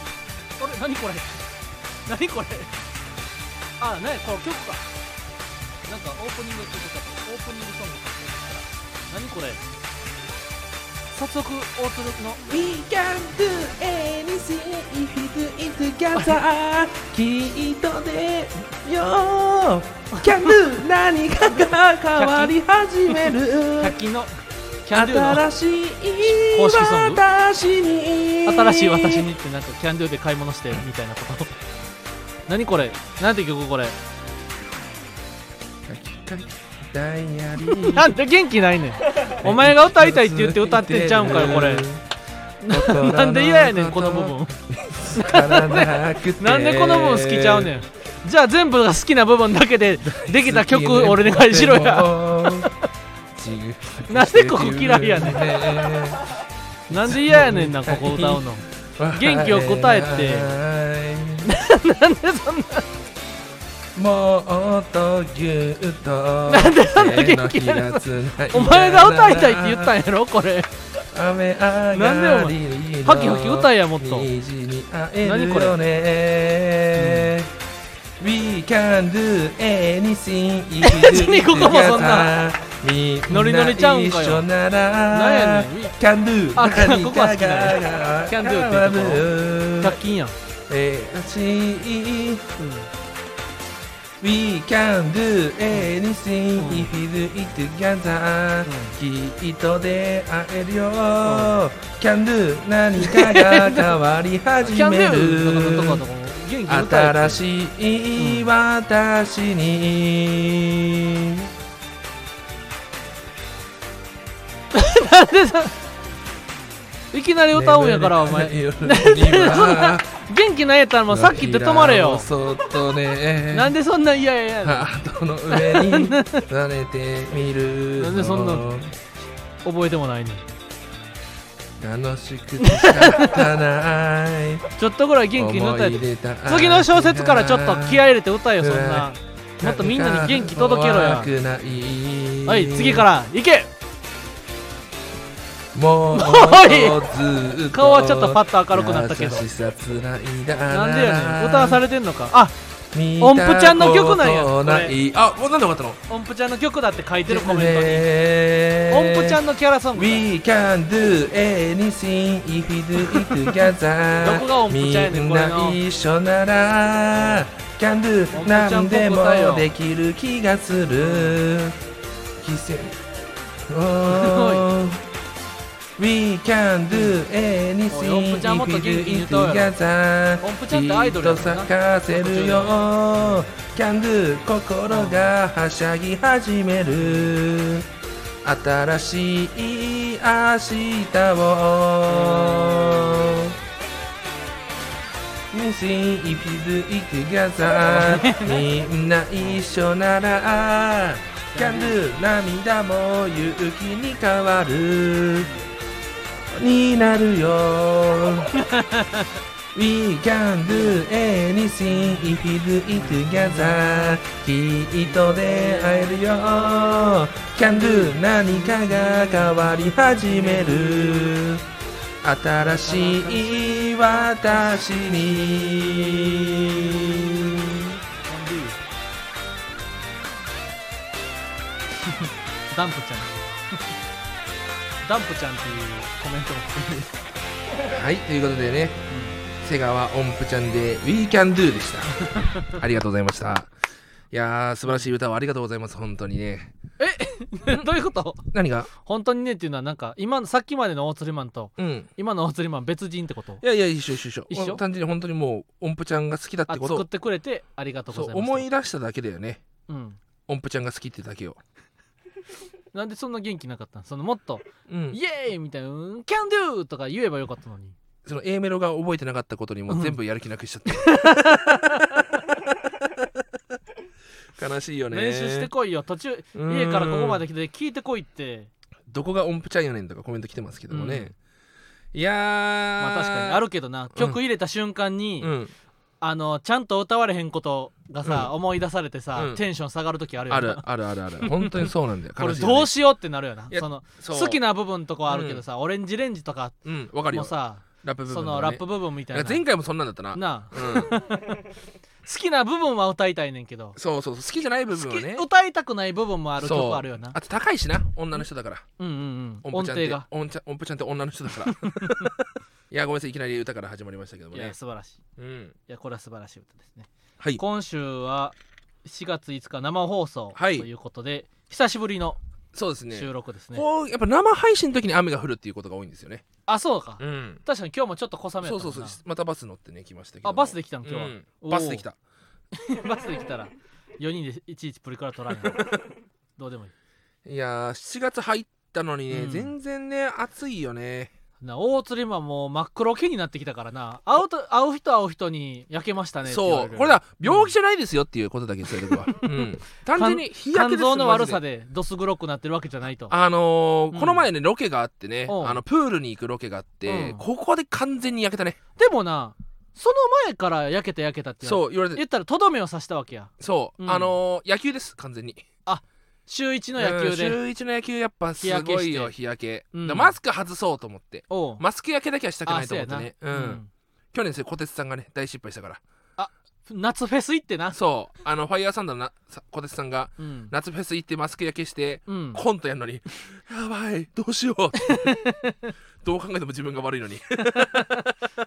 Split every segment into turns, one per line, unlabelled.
れ何これ何これあねこの曲かなんかオープニングってことかオープニングソングかと思ったら何これ早速大鶴の
We can do anything if we do it together きっとでよ Can do 何かが変わり始める
百均のキャンドゥの
新しい
公式ソング
私に
新しい私にってなんかキャンドゥで買い物してみたいなこと何これなんて曲これ
書き換えダイアリ ー
なんで元気ないねんお前が歌いたいって言って歌ってんちゃうんかよこ れなんで嫌やねんこの部分なんでこの部分好きちゃうね んじゃあ全部が好きな部分だけでできた曲お願いしろ やなんでここ嫌いやねんなんで嫌やねん なここ歌うの元気を答え
て
なんでそんな
もっとぎゅっと
なんでそんな元気なのお前が歌いたいって言ったんやろこれ
雨上がりの
ハキハキ歌えやもっと
虹に会えるよね We can do anything if
別 にここもそんなノ
ノ
リノリちゃうんかよ
一緒
なんや
な
ね
ら
ん
Can do
あここは好きなん
や
Can do って
いう
100均やん、
えーし
うん、
We can do anything if we do it together、きっと出会えるよ、Can do 何かが変わり 始
キャンド
め
ゥとかとかも
る
元気に歌え
新しい私に、
なんでさいきなり歌うんやからお前
眠れない夜には
そんな 元 気ないやったらもうさっき言って止まれ
の
よ
ひらをそっとね
なんでそんな嫌やや
ハートの上に慣れてみるの
なんでそん覚えてもないねん
楽しくて仕方ない
ちょっとぐらい元気に歌えて次
次
の小説からちょっと気合い入れて歌えよそんなもっとみんなに元気届けろやは
はい
次から行け
もうずっと
顔はちょっとパッと明るくなったけど
優しさつないだ
なんでやねん歌わされてんのかあ
見
音符ちゃんの曲なんや
たことないあもうなんで終わったの
音符ちゃんの曲だって書いてるコメントに音符ちゃんのキャラソング
We can do anything if we do it together
どこが音符ちゃんやねんこれの
みんな一緒なら Can
音符
do
ちゃんっ
何
ぽ
で
く
も
歌えよ
できる気がする奇跡
お
We can do
おい音
anything
符ちゃんもっと
if we
元気
do
に
it
歌おうよ
together
音符ちゃんってアイドルや
き
もん
っと
な
咲かせるよ Can do 心がはしゃぎ始める新しい明日を Missing if you do it together みんな一緒なら Can do 涙も勇気に変わるになるよ We can do anything if we do it together きっと出会えるよ Can do 何かが変わり始める新しい私に
ダンプちゃん ダンプちゃんっていうコメントも来てる
はいということでね瀬川音符ちゃんで We can do でした ありがとうございましたいやー素晴らしい歌をありがとうございます本当にね
え どういうこと
何が
本当にねっていうのはなんか今のさっきまでの大釣りマンと
うん
今の大釣りマン別人ってこと
いやいや一緒一緒一緒
一緒
単純に本当にもう音符ちゃんが好きだっ
あ
てこ
作っ
と
てくれてありがとうご
そ
ざ
う
います
思い出しただけだよね
うん、
音符ちゃんが好きってだけを
なんでそんな元気なかったのそのもっと
うん
イエーイみたいな「キャンドゥ!」とか言えばよかったのに
その A メロが覚えてなかったことにもう全部やる気なくしちゃって、 悲しいよね
練習してこいよ途中
うん
家からここまで来て聞いてこいって
どこが音符ちゃんやねんとかコメント来てますけどもね、いやー
まあ確かにあるけどな曲入れた瞬間に、
うん
あのちゃんと歌われへんことがさ、
う
思い出されてさ、
うん
テンション下がる時あるよ
あ
な
るあるあるある本当にそうなんだよ
これ
悲しい
ど
よね
うしようってなるよない
や
その
そう
好きな部分とかはあるけどさ、オレンジレンジとか
うんわかる
も
よ
さ
ラップ部分
そ
とかね
のラップ部分みたいな
前回もそんなんだったな
なあ
うん、
好きな部分は歌いたいねんけど
そうそうそう好きじゃない部分
好
は
き
ね
歌いたくない部分もある
そう
曲あるよな
あと高いしな女の人だから
うんうんうん
音符
音
ちゃんって
程が
音ちゃん音符ちゃんって女の人だから いやごめんなさいいきなり歌から始まりましたけども
い
ね
や素晴らしい
うん
いやこれは素晴らしい歌ですね
はい
今週は4月5日生放送と
はい
いうことで、久しぶりの
そうですね
収録ですね
こうやっぱ生配信の時に雨が降るっていうことが多いんですよね
あそうか、
うん
確かに今日もちょっと小雨や
そ
っ
う
たも
そうん
な
そうまたバス乗ってね来ましたけど
あバスで来たの今日は
うん
おー
バスで来た
バスで来たら4人でいちいちプリクラ取ら れないどうでもいい
いやー7月入ったのにね、
うん
全然ね暑いよね
な大釣りマンもう真っ黒けになってきたからな会うと会う人会う人に焼けましたねって言わ
そう
れる
これだ病気じゃないですよっていうことだけ伝えておくわ、うん、単純に日焼け
肝
です
臓の悪さ
で
でどす黒くなってるわけじゃないと
あのー
うん
この前ねロケがあってね
うん
あのプールに行くロケがあって、
うん
ここで完全に焼けたね
でもなその前から焼けた焼けたって言われ
そう言われ
て
て
言ったらとどめを刺したわけや
そう、
うん
あのー野球です完全に
週1の野
う
球
ん
で、
週一の野球やっぱすごいよ日焼け
うん
だからマスク外そうと思って
おう
マスク焼けだけはしたくないと思ってね
あそうや
う
なん
去年それ小鉄さんがね大失敗したから
うん夏フェス行ってな
そうあのファイヤーサンダーのなさ小鉄さんが
うん、
夏フェス行ってマスク焼けして
うん、
コントやん のに「やばいどうしよう」どう考えても自分が悪いのに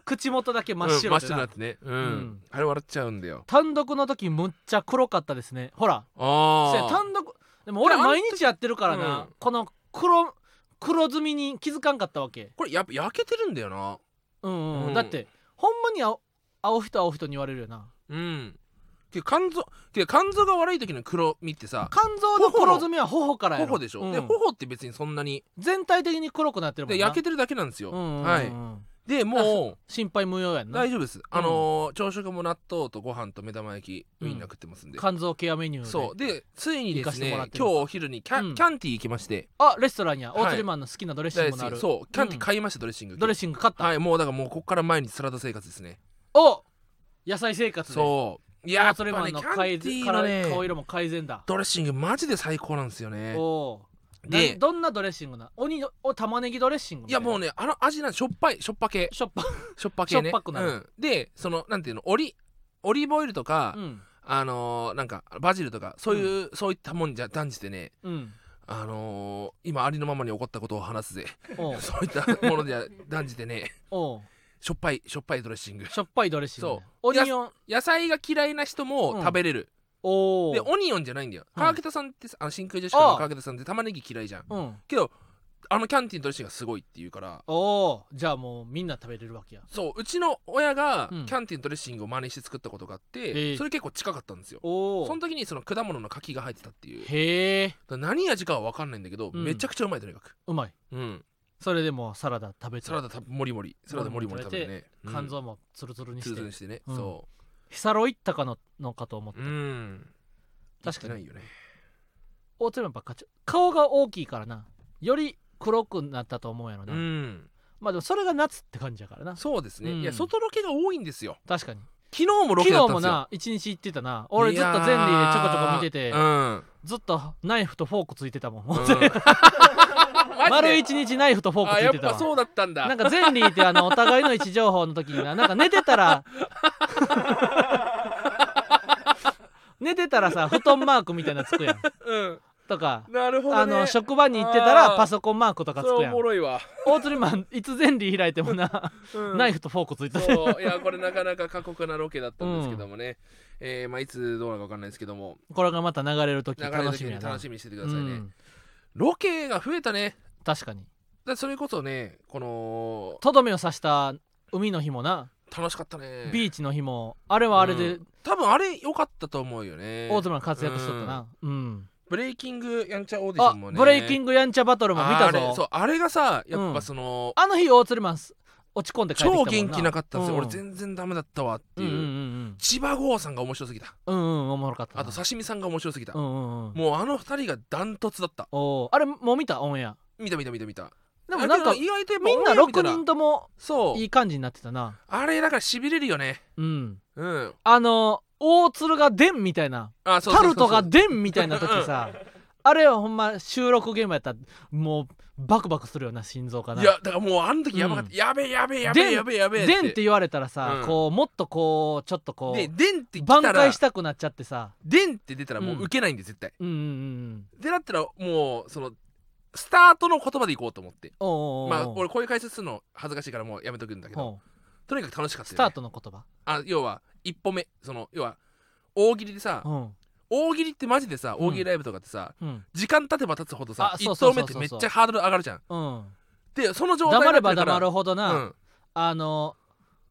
口元だけ真
うん
っ白
真っ
でな
白になってねうん
うん
あれ笑っちゃうんだよ
単独の時むっちゃ黒かったですねほらそうや
ああ
単独でも俺
いやあん
毎日やってるからな、
うん
この黒黒ずみに気づかんかったわけ
これやっぱ焼けてるんだよな
うんうん、う、
うんん
だってほんまに青青人青人に言われるよな
うんけど肝臓けど肝臓が悪い時の黒みってさ
肝臓の黒ずみは頬からやろ
頬でしょ、
うん
で頬って別にそんなに
全体的に黒くなってるもん
で
な
焼けてるだけなんですよ、
うんうんうん、
はいでも
心配無用やん
う
な
大丈夫です、あのー朝食も納豆とご飯と目玉焼きウインナー食ってますんで、
肝臓ケアメニューで
そうでついにで
行かせ
す
て
ね
もら
今
って
日
る
お昼にキャ,、
うん
キャンティー行きまして
あレストランや
はい
大リマンの好きなドレッシングのある、
そうキャンティー買いました、ドレッシング
ドレッシング買った、
はいもうだからもうこっから毎日サラダ生活ですね
お野菜生活で
そういや
大
やっぱ
リマン
ねキ
の
ャ
改
ンテ
善、
ィー
か
の
ら顔
ね
色も改善だ、
ドレッシングマジで最高なんですよね
おお
で
どんなドレッシングな鬼のお玉ねぎドレッシングみ
い
た
や
な
もうねあの味なんしょっぱいしょっぱ系
しょっぱ
しょっぱ系ね
しょっぱくなる
うん、でそのなんていうのオリオリーブオイルとか、
うん
あのーなんかバジルとかそういう、そういったもんじゃ断じてね
うん
あのー今ありのままに起こったことを話すぜ
おう
そういったものじゃ断じてね
おう
しょっぱいしょっぱいドレッシング
しょっぱいドレッシングね
そう
オニオン
野菜が嫌いな人
う
も
ん
食べれる、
おお
でオニオンじゃないんだよ
うん
川桁さんってさあの真空ジェシカ
あ
の
あ
川桁さんって玉ねぎ嫌いじゃん
うん
けどあのキャンティーのドレッシングがすごいって言うから
おおじゃあもうみんな食べれるわけや
そううちの親がキ
うん
ャンティーのドレッシングを真似して作ったことがあって、
ええ
それ結構近かったんですよ
おお
その時にその果物の柿が入ってたっていうだか
へえ
ら何味かは分かんないんだけど、
うん
めちゃくちゃうまいとにかく
うまい
うん
それでもうサラダ食べて
サラダたもりもりサラダもりもり食べてね
肝臓もツルツル
うん
にし
ツルツ
て
ルにしてね、
うん
そ
ヒサロ行ったかののかと思っ
う
た
うん
確かに
言ってないよね
大鳥マンばっかち顔が大きいからなより黒くなったと思うやろな、
うん
まあでもそれが夏って感じやからな
そうですね、
うん
いや外ロケが多いんですよ
確かに
昨日もロ
昨
ケだ
日
ったん
も
ですよ
な一日行ってたな俺ずっとゼンリーでちょこちょこ見てて、
いやー
ずっとナイフとフォークついてたもん、
うん、
もう
うん
全部丸
丸
一日ナイフとフォーク
あ
つい
やって
た
ぱ
わ
そうだったんだ
なんかゼンリーってあのお互いの位置情報の時 にななんか寝てたら 寝てたらさ布団マークみたいなのつくやん
うん
とか、
なるほど、ね、
あの職場に行ってたら
あー
パソコンマークとかつ
そ
く
れ
や
お
ん
もろいわ、
大鳥マンいつゼンリー開いてもな
うん
ナイフとフォークついてて
そういやこれなかなか過酷なロケだったんですけどもね、えーまあ、いつどうなるか分かんないですけども
これがまた流れる時
流れる
楽し
時
みや
に
な
楽しみにしててくださいね、
うん
ロケが増えたね
確かに
だそれこそねこの
とどめを刺した海の日もな、
楽しかったね
ビーチの日もあれはあれで
うん多分あれ良かったと思うよね
大鳥マン活躍しとったな、うん
ブレイキングやんちゃオーディ
あ
ションもね
ブレイキ
グ
ングやんちゃバトルも見た
あれそ
ぞ
うあれがさやっ
うん
ぱその、
あの日大鳥マンす落ち込んで帰ってきたも
超
んな
元気なかったんですよ、
うん
俺全然ダメだったわっ
う
てい
ん
う、
うんうん
千葉郷さんが面白すぎた
うんうんうんおもろかったな
あと刺身さんが面白すぎた、
うんうんうん
もうあの二人がダントツだった
おーあれもう見たオンエア
見た見た見た見た
でもなん
だ
か
けど意外とやっぱ
みんな
オンエア見た
6
ら
人とも
そう
いい感じになってたな
あれだからしびれるよね
うん
うん
あの大鶴がでんみたいな
あそう
タ
そうそう
ル
そ
ト
う
がでんみたいな時さあれはほんま収録現場やったらもうバクバクするような心臓かない
やだからもうあの時やばかった、
う
やべえやべえやべえ
でん
やべえやべえ
でんって言われたらさ、
うん
こうもっとこうちょっとこ
で
う
でんって来た
挽
ら
回したくなっちゃってさ
でんって出たらもう
うん
受けないんで絶対、
うんうんうん
でなったらもうそのスタートの言葉でいこうと思って
おうおうおう
まあ俺こういう解説するの恥ずかしいからもうやめとくんだけど
おう
とにかく楽しかった
ス
よね、
タートの言葉
あ要は一歩目その要は大喜利でさ
うん
大喜利ってマジでさ
うん
大喜利ライブとかってさ、
うん
時間経てば経つほどさ
あそう
一
そう
投
そう
目っ
そうそう
てめっちゃハードル上がるじゃん
うん
でその状態
黙
にな
れ
って
ば
るから
黙るほどな、
うん、
あの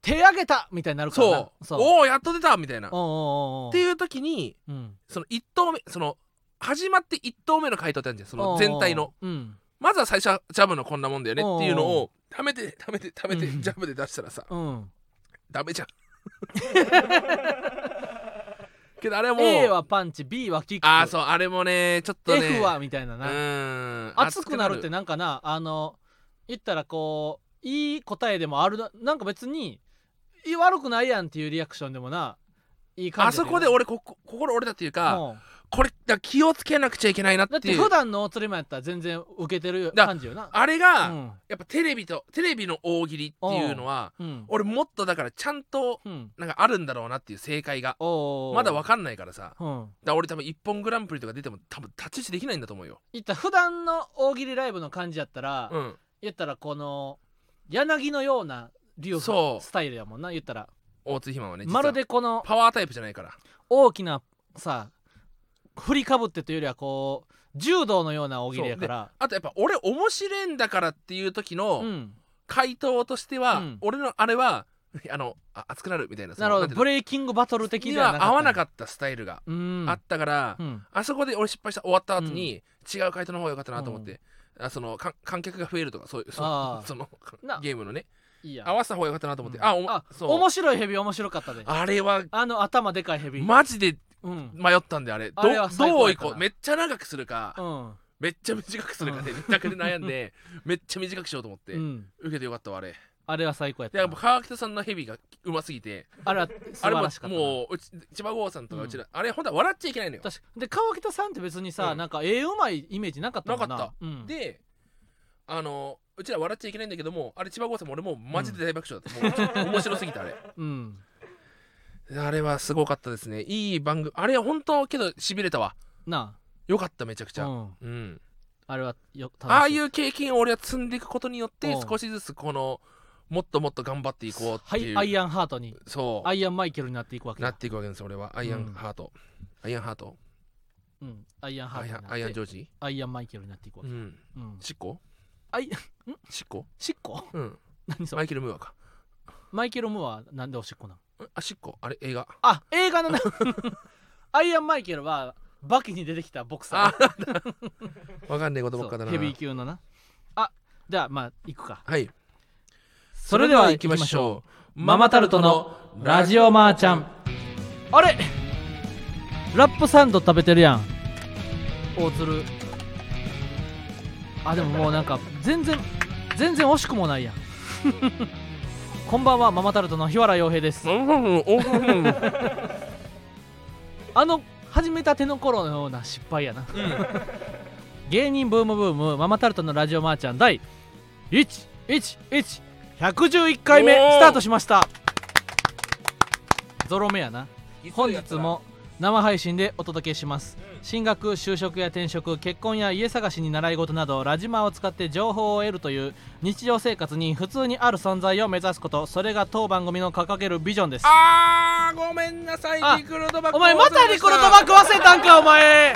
手上げたみたいになるからな
そうおおやっと出たみたいなっ
おうおうおうおう
ていう時に
うん
その一投目その始まって一投目の回答ってあるじゃんそ
おうお
の
う
全体の
うん
まずは最初はジャブのこんなもんだよねっていう
お
の
うお
をためてためてためて
うん
ジャブで出したらさ
うん
ダ メじゃんけどあれはもう
A はパンチ B はキック
ああそうあれもねちょっとね
F はみたいな
う
な、
ーん
熱くなるってなんかなあの言ったらこういい答えでもあるななんか別にいい悪くないやんっていうリアクションでもないい感
あ
じや
そ
ね
こで俺ここ心折れたっていうか、
うん
これだ気をつけなくちゃいけないなっ
だって
い
て
う
普段のお釣りもやったら全然受けてる
だ
感じよな
あれが、
うん
やっぱテレビとテレビの大喜利っていうのは
うん
俺もっとだからちゃんと
うん
なんかあるんだろうなっていう正解が
お
まだわ
か
かんないからさだか
うん
ら俺多分一本グランプリとか出ても多分立ち位置できないんだと思うよ
言ったら普段の大喜利ライブの感じやったら、
うん
言ったらこの柳のような流
そ
派
う
スタイルやもんな言ったら
大津ひまはね実は
まるでこの
パワータイプじゃないから
大きなさ振りかぶってというよりはこう柔道のような大喜利やから
あとやっぱ俺面白いんだからっていう時
う
の
ん、
回答としては、
うん
俺のあれは あのあ熱くなるみたいなそ
なる
の
ほど
なんていう
ブ
の
レイキングバトル的
に
では
は合わなか
っ
ったスタイルが
たうん
あったから、
うん
あそこで俺失敗した終わった後に、違う回答の方が良かったなと思って、あそのかん観客が増えるとかそういうそ
あ
の
ー
その
ない
ゲームのね
いいや
合わせた方が良かったなと思って、
うん
あおも
あ
そう
面白いヘビ面白かったであ
あれは
の頭でかいヘビ
マジで
うん
迷ったんであれ
あれは
ど
最
ど
高
う
や
い
ったな
こうめっちゃ長くするか、
うん
めっちゃ短くするかで、二択で悩んでめっちゃ短くしようと思って、
うん
受けてよかったわあれ
あれは最高やっ
でや
た
っぱ
な
川北さんのヘビがうますぎて
あれは
あ
素
れ
晴
も
らしかったな
もううち千葉郷さんとかうちら、あれ本当は笑っちゃいけないのよ
確かで川北さんって別にさ、
うん
なんかええうまいイメージなかったもんな
なかっ
うん、
であのうちら笑っちゃいけないんだけどもあれ千葉郷さんも俺もマジで大爆笑だった、 もうちょっと面白すぎたあれ
うん、
あれはすごかったですねいい番組あれは本当けどしびれたわ
な
よかっためちゃくち
あ、
ゃ、
うん、
うん、
あれはよ楽し
ああいうう経験を俺は積んでいくことによって
うん
少しずつこのもっともっと頑張っていこう
は
ってい、
いうアイアンハートに
そう
アイアンマイケルになっていくわけだ
なっていくわけです俺はアイアンハート、アイアンハート
うん、アイアンハ
ア
ート
イ
にな
ア
っ
ン
て
アイアンジョージ
アイアンマイケルになっていくわ
う
け、
ん
うん、
シッコ
アイん
シッコ
しっこ
うん
何そ
マ
れ
イケル・ムーアか
マイケル・ムーアなんでおしっこなん
うんあシッコあれ映画
あ映画のな アイアンマイケルはバキに出てきたボクサー
わかんねえことば
そ
っ
う
かだな
ヘビー級のなあじゃあまあ行くか
はい
それでは行きましょうママタルトのラジオマーちゃんあれラップサンド食べてるやん大鶴あでももうなんか全然全然惜しくも ないやんこんばんはママタルトの日原洋平です
オ
あの始めたての頃のような失敗やな、 芸人ブームブームママタルトのラジオマーちゃん第11111回目
おー
スタートしましたゾロ目やな本日も生配信でお届けします進学就職や転職結婚や家探しに習い事などラジマを使って情報を得るという日常生活に普通にある存在を目指すことそれが当番組の掲げるビジョンです
あーごめんなさ
あ
いリクルートバック
お前またリコルトバック忘れたんかお前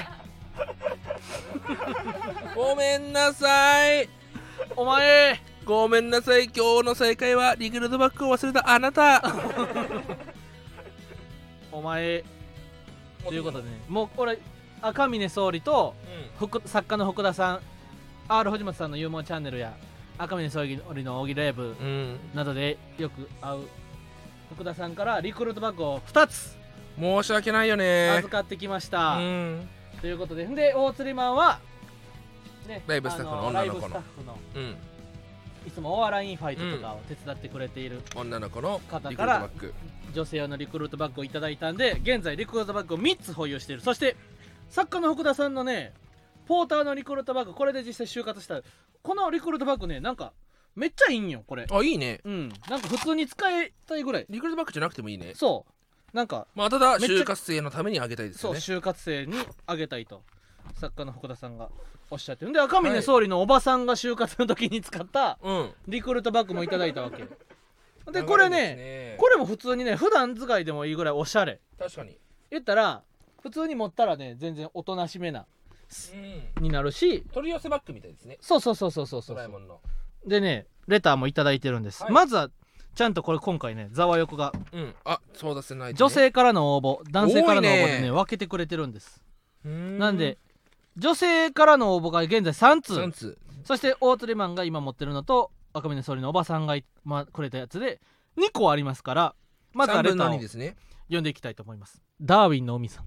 クごめんなさい
お前
ごめんなさい今日の再会はリクルートバックを忘れたあなた
お前ということでねもう俺赤峰総理と福作家の福田さん R 藤本さんの「有望チャンネル」や赤峰総理の大喜利ライブ
うん
などでよく会う福田さんからリクルートバッグを2つ
申し訳ないよね
預かってきまし
う
た、
ん
ということでんで大釣りマンは、ね
ライブスタッフの
あ
女の
ライブ
子の
スタッフの
うん
いつもお笑いインファイトとかを手伝ってくれている
女の子の
方
リク
か
ルー
ら
トバック
女性用のリクルートバッグをいただいたんで現在リクルートバッグを3つ保有しているそして作家の福田さんのねポーターのリクルートバッグこれで実際就活したこのリクルートバッグねなんかめっちゃいいんよこれ
あいいね
うんなんか普通に使いたいぐらい
リクルートバッグじゃなくてもいいね
そうなんか
まあただ
めっちゃ
就活生のためにあげたいです
そう
よね
就活生にあげたいと作家の福田さんがおっしゃってるんで赤
は
嶺
い
総理のおばさんが就活の時に使った
うん
リクルートバッグもいただいたわけ で
流れ
これ
です
ねこれも普通にね普段使いでもいいぐらいおしゃれ
確かに
言ったら普通に持ったらね全然おとなしめな
うん
になるし
取り寄せバッグみたいですね
そうそうそうそうそうそ
ド
う
ラえもんの
でねレターもいただいてるんです、
はい
まずはちゃんとこれ今回ねざわよくが
うんあそうだせないとね
女性からの応募男性からの応募で
多い
ね
ね
分けてくれてるんです
うーん
なんで女性からの応募が現在3通
3つ
そして大鳥マンが今持ってるのと赤嶺総理のおばさんが、ま、くれたやつで2個ありますからまずは
3
レ
分
タ
の
ー
2
を
ですね
読んでいきたいと思いますダーウィンの海さん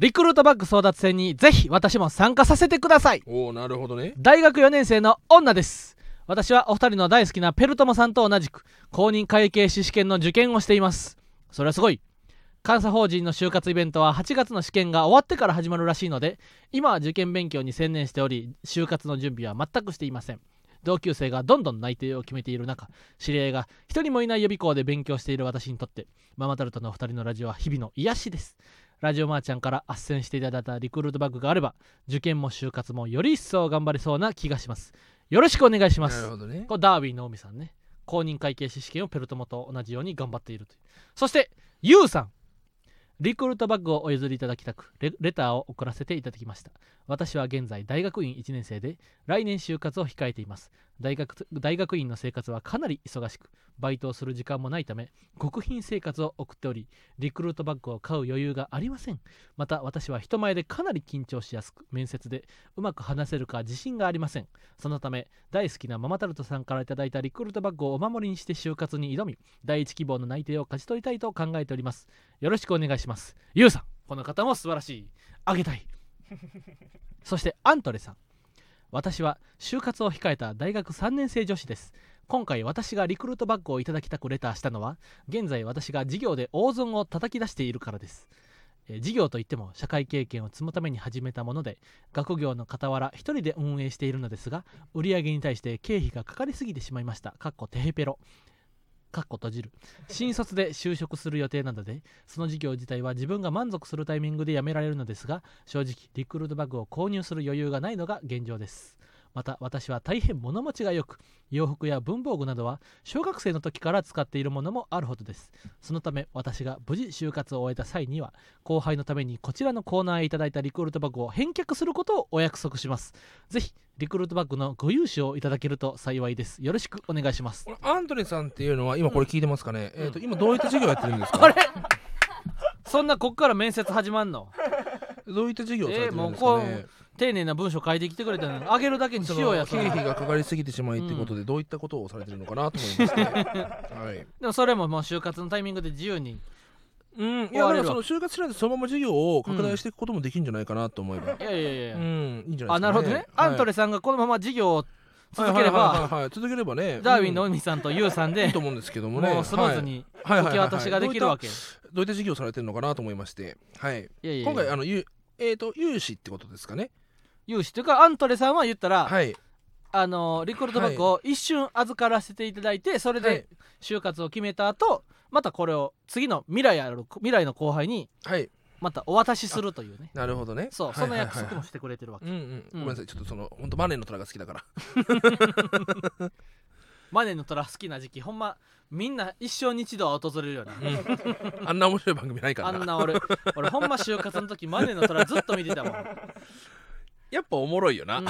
リクルートバッグ争奪戦にぜひ私も参加させてください
おおなるほどね
大学4年生の女です私はお二人の大好きなペルトモさんと同じく公認会計士試験の受験をしていますそれはすごい監査法人の就活イベントは8月の試験が終わってから始まるらしいので今は受験勉強に専念しており就活の準備は全くしていません同級生がどんどん内定を決めている中知り合いが一人もいない予備校で勉強している私にとってママタルトのお二人のラジオは日々の癒しですラジオマーちゃんから斡旋していただいたリクルートバッグがあれば受験も就活もより一層頑張れそうな気がしますよろしくお願いしま
な
す
るほどね
これダーウィンの海さんね公認会計士試験をペルトモと同じように頑張っているというそしてユウさんリクルートバッグをお譲りいただきたくレレターを送らせていただきました私は現在大学院1年生で来年就活を控えています大学大学院の生活はかなり忙しくバイトをする時間もないため極貧生活を送っておりリクルートバッグを買う余裕がありませんまた私は人前でかなり緊張しやすく面接でうまく話せるか自信がありませんそのため大好きなママタルトさんからいただいたリクルートバッグをお守りにして就活に挑み第一希望の内定を勝ち取りたいと考えておりますよろしくお願いしますゆうさんこの方も素晴らしいあげたいそしてアントレさん私は就活を控えた大学3年生女子です今回私がリクルートバッグをいただきたくレターしたのは現在私が授業で大損を叩き出しているからですえー授業といっても社会経験を積むために始めたもので学業の傍ら一人で運営しているのですが売上に対して経費がかかりすぎてしまいました。かっこテヘペロ。かっこ閉じる新卒で就職する予定なのでその事業自体は自分が満足するタイミングで辞められるのですが正直リクルートバッグを購入する余裕がないのが現状ですまた私は大変物持ちが良く洋服や文房具などは小学生の時から使っているものもあるほどですそのため私が無事就活を終えた際には後輩のためにこちらのコーナーへいただいたリクルートバッグを返却することをお約束しますぜひリクルートバッグのご融資をいただけると幸いですよろしくお願いします
これアントニーさんっていうのは今これ聞いてますかね、えっ、と今どういった授業やってるんですか
あれそんなこっから面接始まんの
どういった授業をされて
え
る
ーも
ん
う
ですか
こ
ね
う、丁寧な文章書いてきてくれたのにあげるだけにし
そ
ようや
の
そ
経
れ
費がかかりすぎてしまいってことでどういったことをされてるのかなと思いまして、はい
でもそれももう就活のタイミングで自由に
うんい
終
や
わ
だか
れ
ら
る
そ
わ
の就活しないでそのまま授業を拡大していくこともできるんじゃないかなと思えば
いやいやいやいや、
うん、いいんじゃな
あ
いで
な
すかね
るほどね、アントレ
ス
さんがこのまま授業を続ければ、
続ければね
ダーウィンの
うん
海さんとユウさん
いい
で
と、思うんですけど もね
もうスムーズに
はいはい
受け
はいはい
渡しができるわけ、
どういった授業をされてるのかなと思いましてはい
いやいやいや
今回あのゆえっ、と融資ってことですかね
融資というかアントレさんは言ったら、
はい
あのリクルートバッグを一瞬預からせていただいてそれ
はい
で就活を決めた後またこれを次の未来ある未来の後輩に
はい
またお渡しするというね
なるほどね
そう、
はいはいはい
その約束もしてくれてるわけ
うんうんごめんなさいちょっとその本当マネーの虎が好きだから
マネの虎好きな時期ほんまみんな一生に一度は訪れるよね、
あんな面白い番組ないか
あ
ら
ん
な
な俺俺ほんま就活の時マネの虎ずっと見てたもん、 う
やっぱおもろいよな、
ん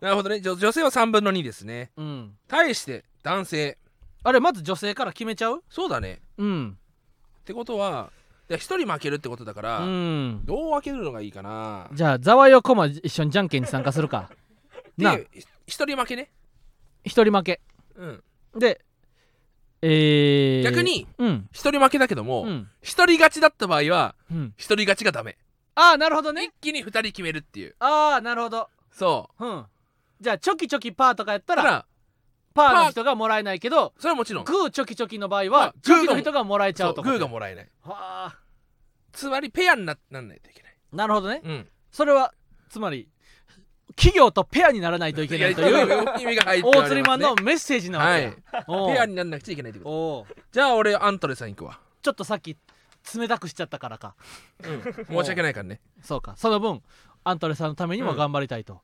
なるほどねじょ女性は3分の2ですね
うん、
対して男性
あれまず女性から決めちゃう
そうだね
うん
ってことは1人負けるってことだから、
うん
どう分けるのがいいかな
じゃあざわよこも一緒にじゃんけんに参加するかな
で1人負けね、
一人負け
うん、
でえー、
逆に
うん
1人負けだけども、
うん
1人勝ちだった場合は
うん
1人勝ちがダメ
ああなるほどね
一気に2人決めるっていう
ああなるほど
そう
うんじゃあチョキチョキパーとかやったら
ただ
パーの人がもらえないけど
それはもちろん
グーチョキチョキの場合
ま
は
あ
チ
グー
ョ
が
キの人がもらえちゃ
そうう
と
グーが
は
もらえない
あ
つまりペアにななんないといけない、
なるほどね
うん、
それはつまり企業とペアにならないといけ
い
な
や
いと
一応
いう
意味が入っており
大
ます
釣
ね
りマンのメッセージなわ
は
け
い
よ、おう
ペアにならなくちゃいけないってこと
おう
じゃあ俺アントレさん行くわ、
ちょっとさっき冷たくしちゃったからか
うん、申し訳ないからね
そうかその分アントレさんのために
う
も
ん
頑張りたいと、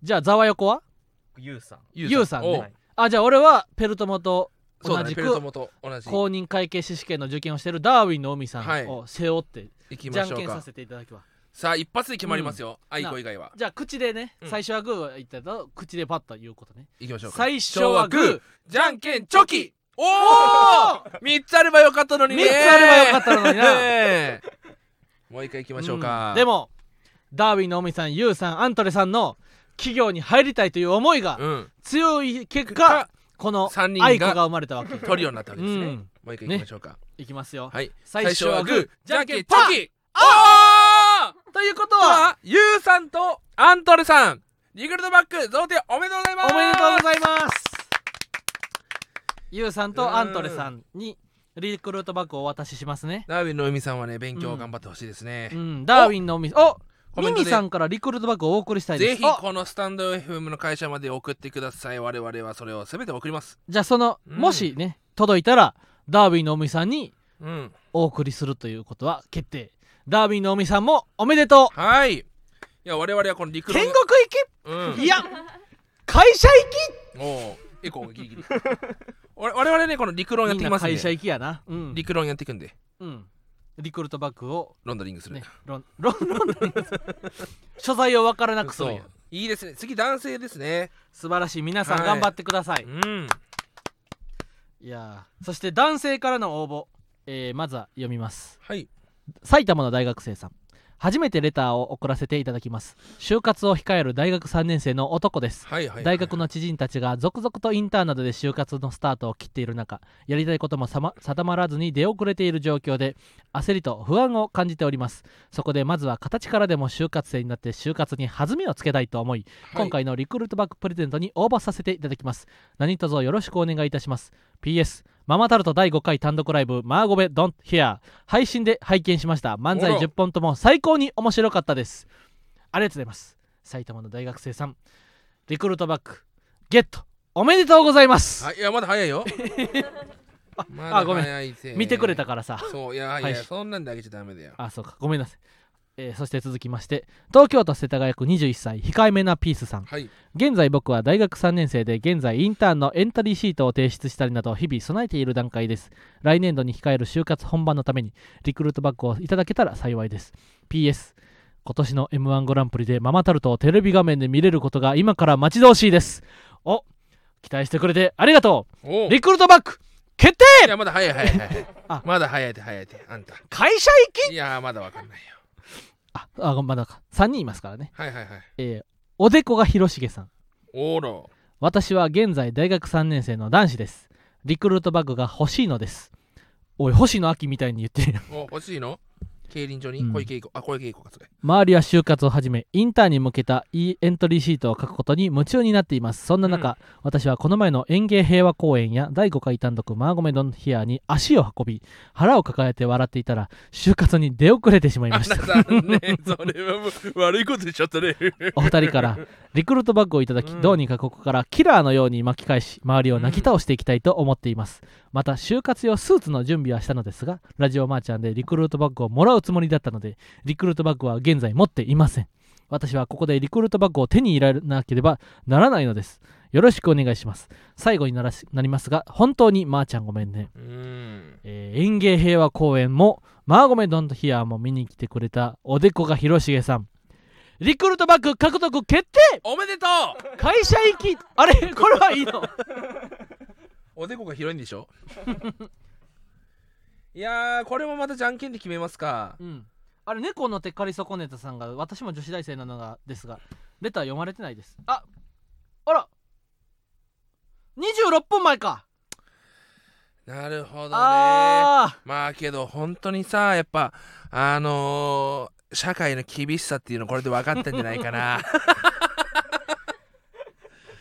じゃあざわ横は
ユウさん
ユウさんね
おう
はい
あじゃあ俺はペルトモと
そう
同
だね
じ
ペルト
く
モと同じ
公認会計士試験の受験をしているダーウィンの海さ
はい
んを背負って
行き
じ
ま
ゃん
しょう
けん
か
させていただきます
さあ一発で決まりますよ、アイコ以外は
じゃあ口でね、
うん
最初はグー言ったと口でパッと言うことね
行きましょうか
最初はグー
じゃんけんチョキおお3つあればよかったのにね
三つあればよかったのにな
ねえ もう一回行きましょうか、
んでもダーウィンの海さんユウさんアントレさんの企業に入りたいという思いが
うん
強い結
か
果この
三人が
アイコが生まれたわけ
トリオになったわけですね、
うん
もう一回行きましょうか、
いきますよ
はい
最初はグー
じゃんけんチ
パー
ョキおお
ということ
と
は
はユウさんとアントレさんリグルドバック贈呈おめでとうございます
おめでとうございますユウさんとアントレさんにリクルートバッグをお渡ししますね
ダーウィンの海さんはね勉強を頑張ってほしいですね、
うんダーウィンのおみお
コメ
ミ
ントで
ミさんからリクルートバッグをお送りしたいです
ぜひ
お
このスタンド FM の会社まで送ってください我々はそれを全て送ります
じゃあその、
うん
もしね届いたらダーウィンのおみさんに
うん
お送りするということは決定ダーウィンのおみさんもおめでと
はいいや我々はこの
う
陸
天
路
国
う
行
ん
きいや会社
おうエコーがギリギリ我我々ねこの陸論
行
や
き
って
みんな
きますん
会社
で
行きやなうんリ,、
陸論やっていくんで
うん、リクルートバッグを
ロンダリングする、
ねロンロンロン所在を分からなくす
そ
るん
う
や
いいですね次男性ですね
素晴らしい皆さ
は
ん
い
頑張ってください、
うん
い、やーそして男性からの応募、えーまずは読みます
はい
埼玉の大学生さん初めてレターを送らせていただきます就活を控える大学3年生の男です
はいはいはい
大学の知人たちが続々とインターンなどで就活のスタートを切っている中やりたいこともさま定まらずに出遅れている状況で焦りと不安を感じておりますそこでまずは形からでも就活生になって就活に弾みをつけたいと思い今回のリクルートバックプレゼントに応募させていただきます。何卒よろしくお願いいたします。PS、ママタルト第5回単独ライブ、マーゴベドンヘア、配信で拝見しました。漫才
あら
10本とも最高に面白かったです。ありがとうございます。埼玉の大学生さん、リクルートバック、ゲット、おめでとうございます。
はい、いやまだ早いよま だ
あごめん
早いぜ
見てくれたからさ。
そういやい
は
や
い
そんなんであげちゃダメだよ
あ、そうか、ごめんなさい。えーそして続きまして東京都世田谷区21歳控えめなピースさん
はい
現在僕は大学3年生で現在インターンのエントリーシートを提出したりなど日々備えている段階です来年度に控える就活本番のためにリクルートバッグをいただけたら幸いです PS 今年の M1 グランプリでママタルトをテレビ画面で見れることが今から待ち遠しいですお期待してくれてありがと
お
う
う
リクルートバッグ決定
いやまだ早い早い早い
あ
まだ早いて早いてあんた
会社行き
いやまだわかんないよ
ああまだか3人いますからね
はいはいはい
えーおでこが広重さん
おら
私は現在大学3年生の男子です。リクルートバッグが欲しいのです。おい、星野秋みたいに言ってるよ。
お欲しいの競輪場
う
に
ん
小池栄子あ小池栄子かそれ
周りは就活を始め、インターンに向けたいいエントリーシートを書くことに夢中になっています。そんな中、私はこの前の園芸平和公園や第5回単独マーゴメドンヒアに足を運び、腹を抱えて笑っていたら、就活に出遅れてしまい ま
あな
した。
たねそれはもう悪いことしちゃったね
お二人からリクルートバッグをいただき、
うん
どうにかここからキラーのように巻き返し周りをなぎ倒していきたいと思っています、また就活用スーツの準備はしたのですがラジオマーちゃんでリクルートバッグをもらうつもりだったのでリクルートバッグは現在持っていません私はここでリクルートバッグを手に入れなければならないのですよろしくお願いします最後にならしなりますが本当にまーちゃんごめんね
うーん
えー園芸平和公園もマーゴメドンとヒアーも見に来てくれたおでこが広重さんリクルートバッグ獲得決定
おめでとう
会社行きあれこれはいいの
おでこが広いんでしょ いやーこれもまたじゃんけんで決めますか
うんあれ猫の手刈り損ねたさんが私も女子大生なのがですがレター読まれてないですああら26分前か、
なるほどね
あ
まあけど本当にさやっぱあのー社会の厳しさっていうのこれで分かったんじゃないか な
あ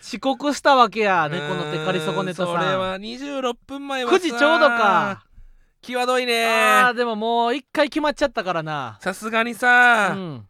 遅刻したわけや猫の手刈り損ねたさ
うーんそれ
ん
は26分前はさ
9時ちょうどか、
際どい
あ
ね
ーでももう1回決まっちゃったからな
さすがにさ、
うん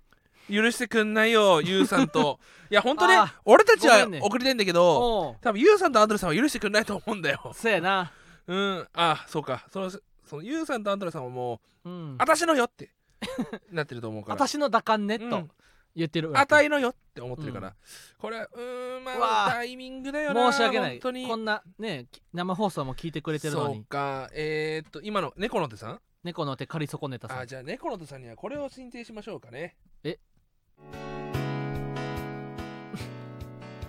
許してくんないよゆうさ んといや本当ね
あー
俺たちは
ごめんね
遅れてんだけど、
おう
多分ゆうさんとアンドレさんは許してくんないと思うんだよ
せやな
うんあそうかそのそのゆうさんとアンドレさんはもう
うん
私のよって なってると思うから
私の打感ね
う
と
ん
言ってるわ
あ
け
たいのよって思ってるから、
う
これうーん
う
ま
わ
あ
ー
タイミングだよな
申し訳ない
本当に
こんなねき生放送も聞いてくれてるの
そう
に
かえー、っと今の猫の手さん
猫の手借り損ねたさ
あ
ん
じゃあ猫の手さんにはこれを申請しましょうかね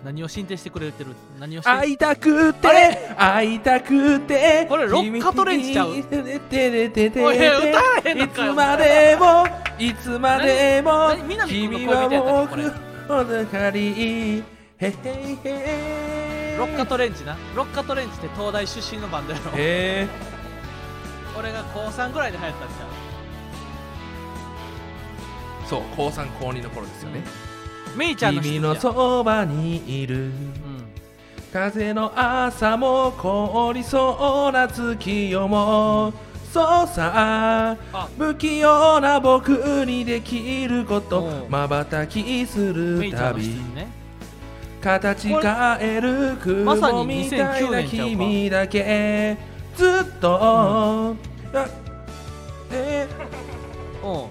何を進呈してくれてる何を進呈
会いたくて会いたくて
これロッカトレンジちゃう
てれてれてれて
おい歌えへんの
い
か
つ
よ
までもいつまでも
何南君の恋
君は
人やったっけこれ
僕おなかりへへへ
ロッカトレンジなロッカトレンジって東大出身のバンドやろ
へえ
俺が高3ぐらいで流行ったんちゃう
そう高3高2の頃ですよね、
めいちゃんの
君
質
の
問
そばにい
う
る
ん
風の朝も凍りそうな月夜もそうさ
あ
不器用な僕にできるこ
お
と
う
まばたきす
め
る
いちゃ
た
んの質
び
問ね
形変える
まさ
雲
に
みたい
2009
な
年ちゃうか
君だけずっと、あえ
おう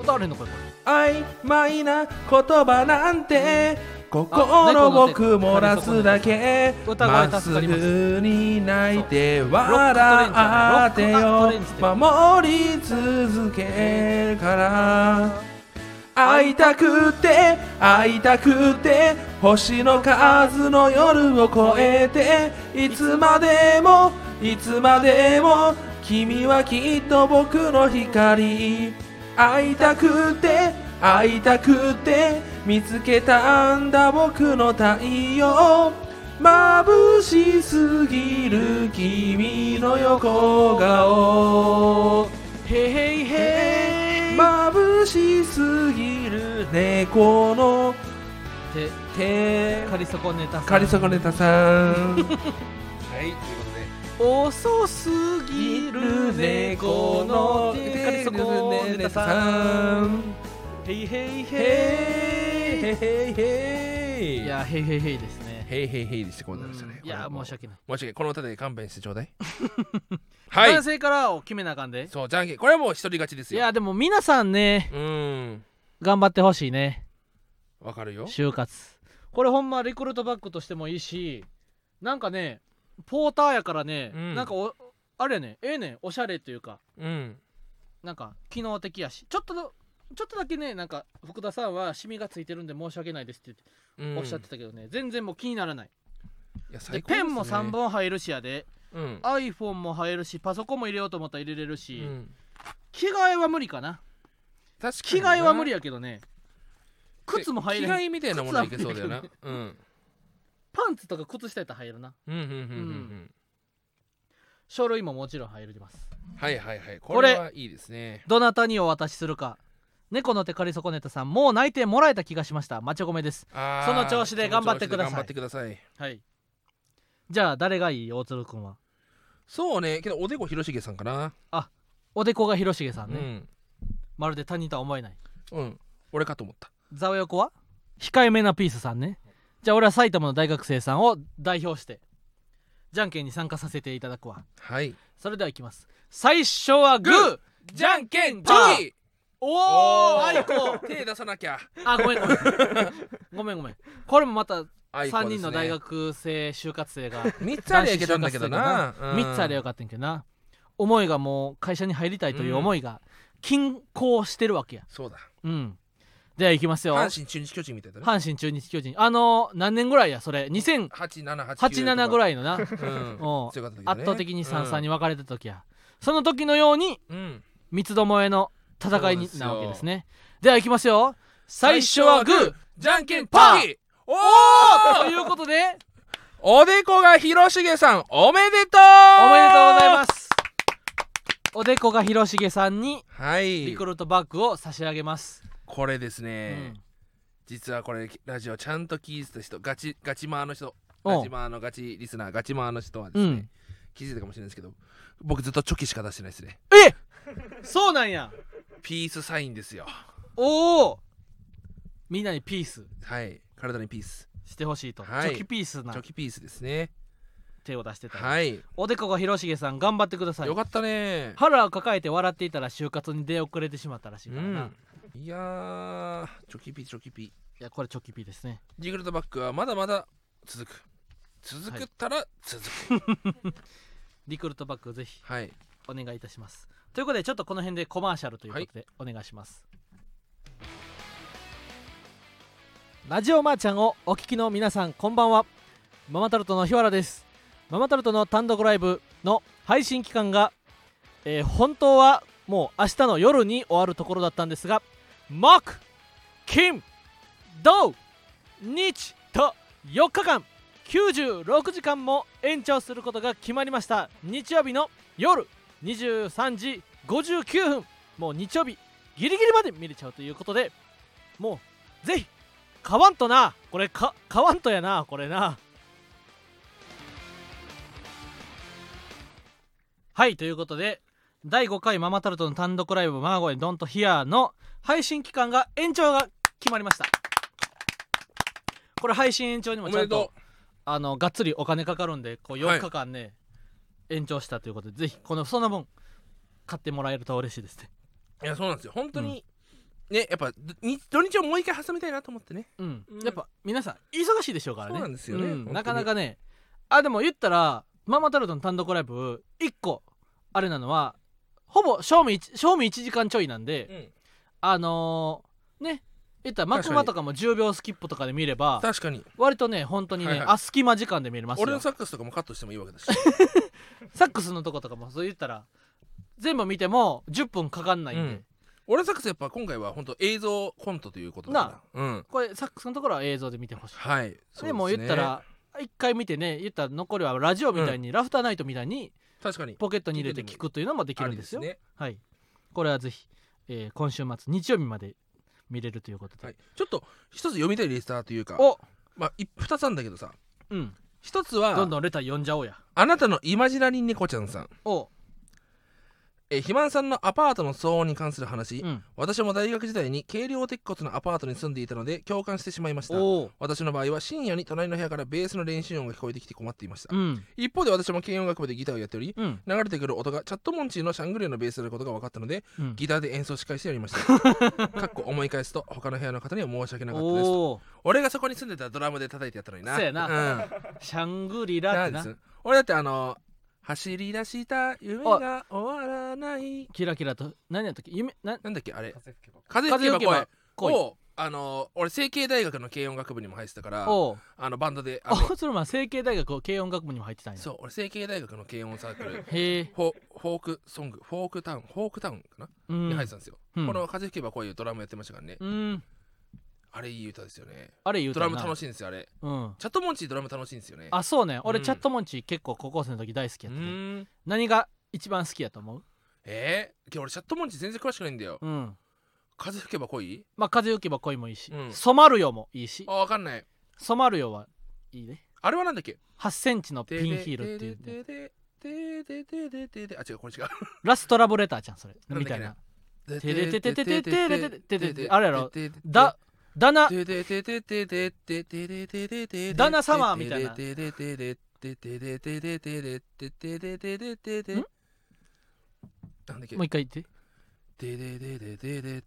歌われんのかこれ
曖昧な言葉なんて心を曇らすだけ
歌声
まっ
助
す
かります
ぐに泣いて
ロ
笑
ックトレ
って
ンジャーロックト
よ
レンジだ
守り続けるから会いたくて会いたくて星の数の夜を超えていつまでもいつまでも君はきっと僕の光会いたくて会いたくて見つけたんだ僕の太陽眩しすぎる君の横顔
へいへいっ
眩しすぎる猫の
て
手
借り損ねたさん
かりそこねたさ ん
はいということで
遅すぎる猫の手借り損ねたさんへいへいへ
へいへいへ
い
い
いやへいへいへいですね
へいへいへいでしてこうなりましたね
いや申し
訳
訳ない
申し訳ないこの歌で勘弁してちょうだい はい
男性からを決めなあかんで
そうじゃんけんこれはもう一人勝ちです
い
よ
やでも皆さんね
うーん
頑張ってほしいね
わかるよ
就活これほんまリクルートバッグとしてもいいしなんかねポーターやからね、
うん
なんかおあれやねええねんおしゃれというか
うん
なんか機能的やしちょっとのちょっとだけねなんか福田さんはシミがついてるんで申し訳ないですって
うん
おっしゃってたけどね、全然もう気にならない
いや
で
最高で
ペ
すね
ンも3本入るしやで
うん、
iPhone も入るしパソコンも入れようと思ったら入れれる
う
し、
ん、
着替えは無理かな
確か
着
にな
替えは無理やけどね靴も入れ
着替
ない
えみたいなものでいけそうだよな、うん、
パンツとか靴下やったら入るな
うんうんうんうん
書類ももちろん入ります
うんはいはいはい
こ
こ
れ
れはいいですね
どなたにお渡しするか猫の手借り損ねたさんもう内定もらえた気がしましたまちおめです
あー
その調子で頑張ってください
その調子で頑張ってください
はいじゃあ誰がいい大鶴くんは
そうねけどおでこ広重さんかな、
おでこが広重さんね、
うん
まるで他人とは思えない
うん俺かと思った
ザワ横は控えめなピースさんねじゃあ俺は埼玉の大学生さんを代表してじゃんけんに参加させていただくわ
はい
それではいきます最初はグー
グじゃんけん
パ
パ
ー
ー
おお
おー
あいこ
手出さなきゃ
あごめんごめん ごめんごめんこれもまた
あいこ
3
ですね
人の大学生就活生が
3つありゃいけたんだけどな
3つあればよかったんやけどな思いがもう会社に入りたいという思いが均衡してるわけや
そうだ
うんではいきますよ
阪神中日巨人みたいだね
阪神中日巨人あのー何年ぐらいやそれ2087
8789
ぐ
い、
らいのな
うん
おう
強かったけどね
圧倒的に33に分かれた時やその時のように
うんうん
三つどもえの戦い
そう
に
ですよ
なわけですねではいきますよ最初はグー
じゃんけん
パ
パ
ー
ーお
ということで
おおでこが広重さんおめでとう
お
お
めでとうございますすおでこが広重さんに
は
リ
い
クルートバッグを差し上げます、
これです
う
ね、
ん
実はこれラジオちゃんと聞いてた人ガチガチマーの人
おう
ガチマーのガチリスナーガチマーの人はですね、
うん
気づいたかもしれないですけど僕ずっとチョキしか出してないですね
えそうなんや
ピースサインですよ
おおみんなにピース
はい体にピース
してほしいと、
はい
チョキピースな
チョキピースですね
手を出してたよ、
はい
おでこが広重さん頑張ってください
よかったね
腹を抱えて笑っていたら就活に出遅れてしまったらしいうからな、
んいやーチョキピチョキピ
いやこれチョキピーですね
ジグルとバックはまだまだ続く続くったら続く
リクルートバックぜひ
はい、
お願いいたしますということでちょっとこの辺でコマーシャルということでお願いします、ラジオマーちゃんをお聞きの皆さんこんばんはママタルトの日原ですママタルトの単独ライブの配信期間が、えー本当はもう明日の夜に終わるところだったんですが木金土日と4日間96時間も延長することが決まりました日曜日の夜23時59分もう日曜日ギリギリまで見れちゃうということでもうぜひ買わんとなこれか買わんとやなこれなはいということで第5回ママタルトの単独ライブ「マーゴイドントヒア」の配信期間が延長が決まりましたこれ配信延長に
お
もち
め
ゃ
で
んと
と
あのがっつりお金かかるんでこう
はい
4日間ね、延長したということでぜひこのその分買ってもらえると嬉しいですね
ういやそうなんですよ本当に、ねやっぱどに土日をもう一回挟みたいなと思ってね
うん、
うん
やっぱ皆さん忙しいでしょうからね
そうなんですよね本当に
なかなかねあでも言ったらママタルトの単独ライブ1個あれなのはほぼ賞味一賞味1時間ちょいなんで、
ん
あのーね言ったらマク
確か
マ
に
とかも10秒スキップとかで見れば
確かに
割とね本当にね、
はいはい
あ隙間時間で見れますよ
俺のサックスとかもカットしてもいい わけだし
サックスのとことかもそう言ったら全部見ても10分かかんないんで、
うん俺のサックスやっぱ今回は本当映像コントということだからうん
これサックスのところは映像で見てほしい
はい
で,、も言ったら一回見てね言ったら残りはラジオみたいに、ラフターナイトみたいに
確かに
ポケットに入れて聞くというのもできるんですよ
ありね
はいこれはぜひ、えー今週末日曜日まで見れるということで、
はい、ちょっと一つ読みたいレースターというか
お
まあい二つあるんだけどさ
うん
一つは
どんどんレター読んじゃおうや
あなたのイマジナリン猫ちゃんさん
おう
えー肥満さんのアパートの騒音に関する話、
うん
私も大学時代に軽量鉄骨のアパートに住んでいたので共感してしまいました
おう
私の場合は深夜に隣の部屋からベースの練習音が聞こえてきて困っていました、
うん
一方で私も軽音楽部でギターをやっており
うん
流れてくる音がチャットモンチーのシャングリアのベースであることが分かったので
うん
ギターで演奏し返してやりました かっこ思い返すと他の部屋の方には申し訳なかったですと
おお
俺がそこに住んでたらドラムで叩いてやったのにな
そうやな
うん
シャングリラって
な
な
んです俺だってあの走り出した夢が終わらない
キラキラと何やったっけ夢な
なんだっけあれ
風吹けば
風吹けば声
恋
をあの俺成蹊大学の軽音楽部にも入ってたから
おう
あのバンドであ
あ
の
それまあ成形大学軽音楽部にも入ってたんや
そう俺成蹊大学の軽音サークル
へえ
フォフォークソングフォークタウンフォークタウンかな、
うん
に入ってたんですよ、
うん
この「風吹けばこういうドラムやってましたからね、
うん
あれいい歌ですよね
あれ言うた
ド
ら
ラ
な
ム楽しいんですよあれ
うん
チャットモンチードラム楽しいんですよね
あそうね俺、
うん
チャットモンチー結構高校生の時大好き
う
やった、ね、
ーん
何が一番好きやと思う
えー、今日俺チャットモンチー全然詳しくないんだよ、
うん
風吹けば恋
まあ風よけば恋もいいし、
うん
染まるよもいいし
あわかんない
染まるよはいいね
あれはなんだっけ
8センチのピンヒールっていうね、
でででででででであ違うこれ違う
ラストラブレターちゃんそれ
なんだっけな
みたいな
で
だだな
でででででででででででで
旦那様みたいな
でででででででででででででででで
ん
なんだっけ
もう一回言って
ででででででで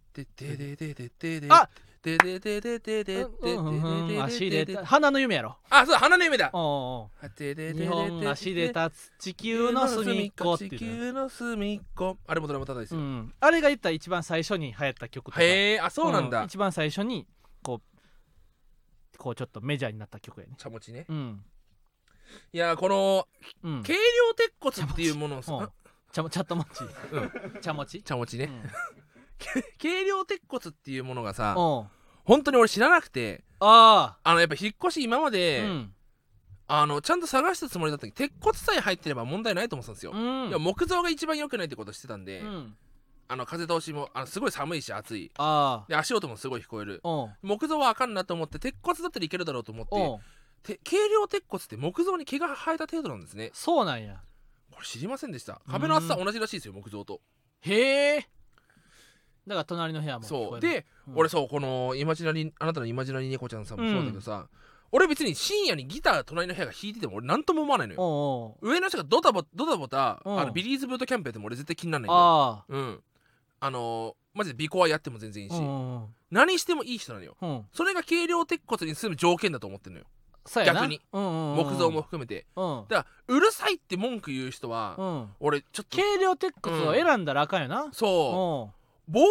ででででで
あ
ででででででで
うんうんうん足で
でで
た
で
花の夢やろ
あそう花の夢だ
おうお
でで
う
で
日本足で立つ地球の隅っこって
地
いうね
球の隅っこあれもドラマ叩いて
う
る
んあれが言ったら一番最初に流行った曲とか
へえあそうなんだ
一番最初にこうこうちょっとメジャーになった曲やね
ちゃもちね
うん
いやーこの
うん
軽量鉄骨っていうものを
うん
さ
ちゃもチャットモンチ
うん
チャモチ
ちゃもち
う
ね
ん
軽量鉄骨っていうものがさ
おう
本当に俺知らなくて
あ
あのやっぱ引っ越し今ま
あう
で、
ん
あのちゃんと探したつもりだったけど鉄骨さえ入ってれば問題ないと思ってたんですよ、
うん
いや木造が一番良くないってことしてたんで、
うん
あの風通しもあのすごい寒いし暑い
ああ
で足音もすごい聞こえる
おう
木造はあかんなと思って鉄骨だったらいけるだろうと思
お
っ
う
てて軽量鉄骨って木造に毛が生えた程度なんですね
そうなんや
これ知りませんでした壁の厚さ同じらしいですよ木造と
へえだから隣の部屋も聞
そ
こ
う
える
で、
うん
俺そうこのイマジナリーあなたのイマジナリー猫ちゃんさんもそうだけどさ、俺別に深夜にギター隣の部屋が弾いてても俺なんとも思わないのよ
おうおう
上の人がドタボドタボタ、
うん
あのビリーズブートキャンプやっても俺絶対気にならないんだよ
あ
うんあのーマジでビコアやっても全然いい
あ
し、
うん
何してもいい人なのよ
うんうん
それが軽量鉄骨に住む条件だと思ってるのよ
そうやな
逆に
うんうんうん
木造も含めて
う
だからうるさいって文句言う人は、
んうん
俺ちょっと
軽量鉄骨を選んだらあかんよなうん
そう
お
防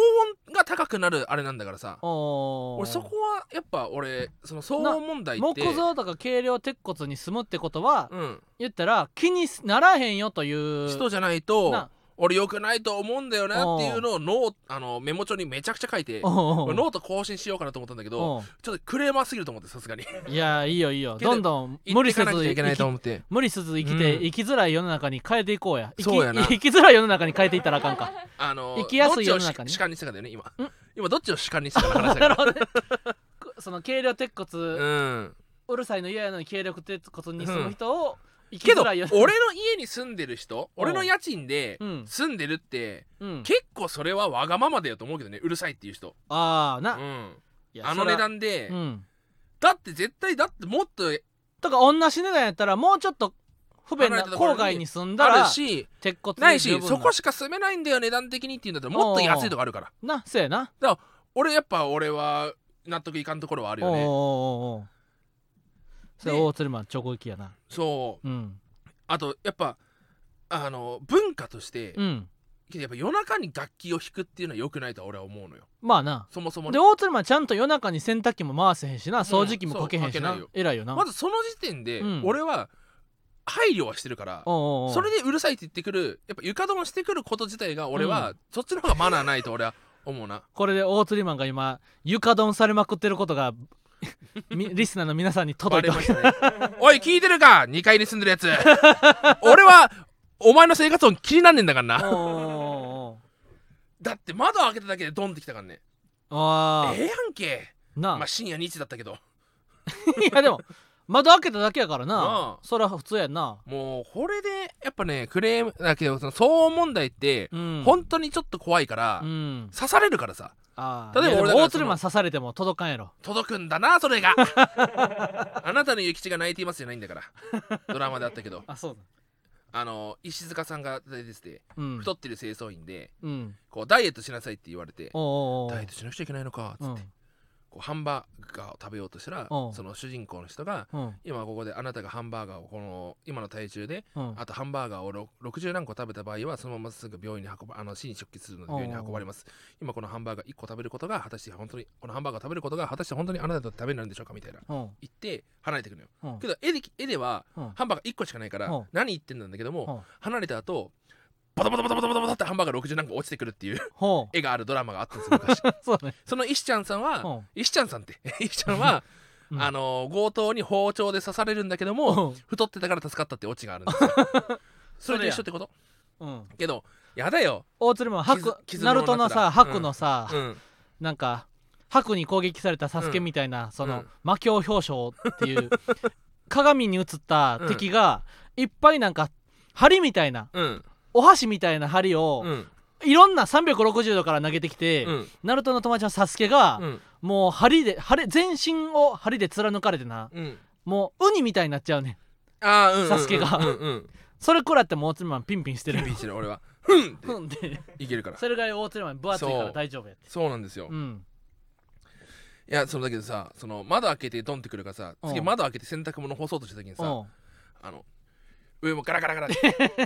音が高くなるあれなんだからさ
うおう
俺そこはやっぱ俺その騒音問題って
木造とか軽量鉄骨に住むってことは
うん、
言ったら気にならへんよという
人じゃない
な
と俺よくないと思うんだよなっていうのをノーあのメモ帳にめちゃくちゃ書いて
おうおうおう
俺ノート更新しようかなと思ったんだけど
おう
ちょっとクレーマーすぎると思ってさすがに
いやいいよいいよ
けど
どんどん
無
無
理
理
せ
せ
な
ず
きゃいけないと
生き
思って
無理せず生きて、
うん
生きづらい世の中に変えていこうや生き
そうやな
生きづらい世の中に変えていったらあか んか
あの
生きやすい世
ど
の
っち
中
を
ね
主観にしたかだよね今
ん
今どっちを主観にしたかの話だ
な
か
るほ
ら
どねく その軽量鉄骨、う
うん
るさいの嫌やのに軽量鉄骨に住む人を生き
けど
づらい
俺
世
の
の中
家に住んでる人俺の家賃で
うん
住んでるって
うん、
結構それはわがままだよと思うけどねうるさいっていう人
ああ
う
な、
ん
いや
あの
そら
値段で
うん
だって絶対だってもっと
とか同じ値段やったらもうちょっと不便
離れ
な
たところ
郊
に
外に住んだ
ある
ら
し
鉄骨で
ない
十
し
分
そこしか住めないんだよ値段的にっていうんだったらもっと安いとこあるから
なそうやな
俺やっぱ俺は納得いかんところはある
おうお
よ
う
ね
おうおうそれ
で
大鶴マン直撃やな
そう
うん
あとやっぱあの文化として、
うん
けどやっぱ夜中に楽器を弾くっていうのは良くないとは俺は思うのよ
まあな
そもそも
で
ね
大鶴マンちゃんと夜中に洗濯機も回せへんしな掃除機もかけへんしな、
そうか
偉いよな、
まずその時点で
うん
俺は配慮はしてるから、
おうおうおう
それでうるさいって言ってくるやっぱ床ドンしてくること自体が俺は、そっちの方がマナーないと俺は思うな
これで大釣りマンが今床ドンされまくってることが みリスナーの皆さんに届いて
バレましたね おい聞いてるか2階に住んでるやつ 俺はお前の生活音気になんねんだからな
おうおうおう
だって窓開けただけでドンってきたからね
あ
ええやんけ
あなあ、
まあ深夜2時だったけど
いやでも窓開けただけやからな
なあ
それは普通やんな
もうこれでやっぱねクレームだけどその騒音問題って
うん
本当にちょっと怖いから、
うん
刺されるからさ
あ
例えば
例えば
俺だから
大鶴マン刺されても届かんやろ
届くんだなそ れがあなたの諭吉が泣いていますじゃないんだからドラマであっ たけど
あそうだ
あの石塚さんが出てて
うん
太ってる清掃員で
うん
こうダイエットしなさいって言われて
おうおうおう
ダイエットしなくちゃいけないのかっつって、
うん
こうハンバーガーを食べようとしたら
うん
その主人公の人が
うん
今ここであなたがハンバーガーをこの今の体重で
うん
あとハンバーガーをろ60何個食べた場合はそのまますぐ病院に運ばあの死に直結するので病院に運ばれます今このハンバーガー1個食べることが果たして本当にこのハンバーガーを食べることが果たして本当にあなたと食べになるんでしょうかみたいな
うん
言って離れていくのよ
うん
けど絵で絵では
うん
ハンバーガー1個しかないから
うん
何言ってんだんだけど
うん
も離れた後バタバタバタバタバタバタってハンバーガー60何個落ちてくるっていう
ほ
絵があるドラマがあったんですよ昔
う そうだね
その石ちゃんさんは
うん
石ちゃんさんって 石ちゃんは
うん
あの強盗に包丁で刺されるんだけども太ってたから助かったってオチがあるんですよ それと一緒ってこと
うんうん
けどやだよ、
大鶴マンハク
傷傷
ナルトのさ
物
ハ
語
クのさ
うん、
なんか白に攻撃されたサスケみたいな、その、魔境表彰っていう 鏡に映った敵が、いっぱいなんか針みたいな
うん
お箸みたいな針を、
うん
いろんな360度から投げてきて、
うん
ナルトの友達のサスケが、
うん
もう針で針全身を針で貫かれてな
うん
もうウニみたいになっちゃうねん
あーうん
サスケが
うんうん
それ食らってもう大鶴マンピンピンして
ピ
る
ンピンしてる俺はふんって
ほんで
いけるか ら
それが大鶴マン分厚いか
そ
ら
う
大丈夫やって
そうなんですよ、
う
い
ん
やそのだけどさその窓開けてドンってくるからさ次
うん
窓開けて洗濯物干そうとした時に
う
さ
ん
あの上もガラガラ ガラって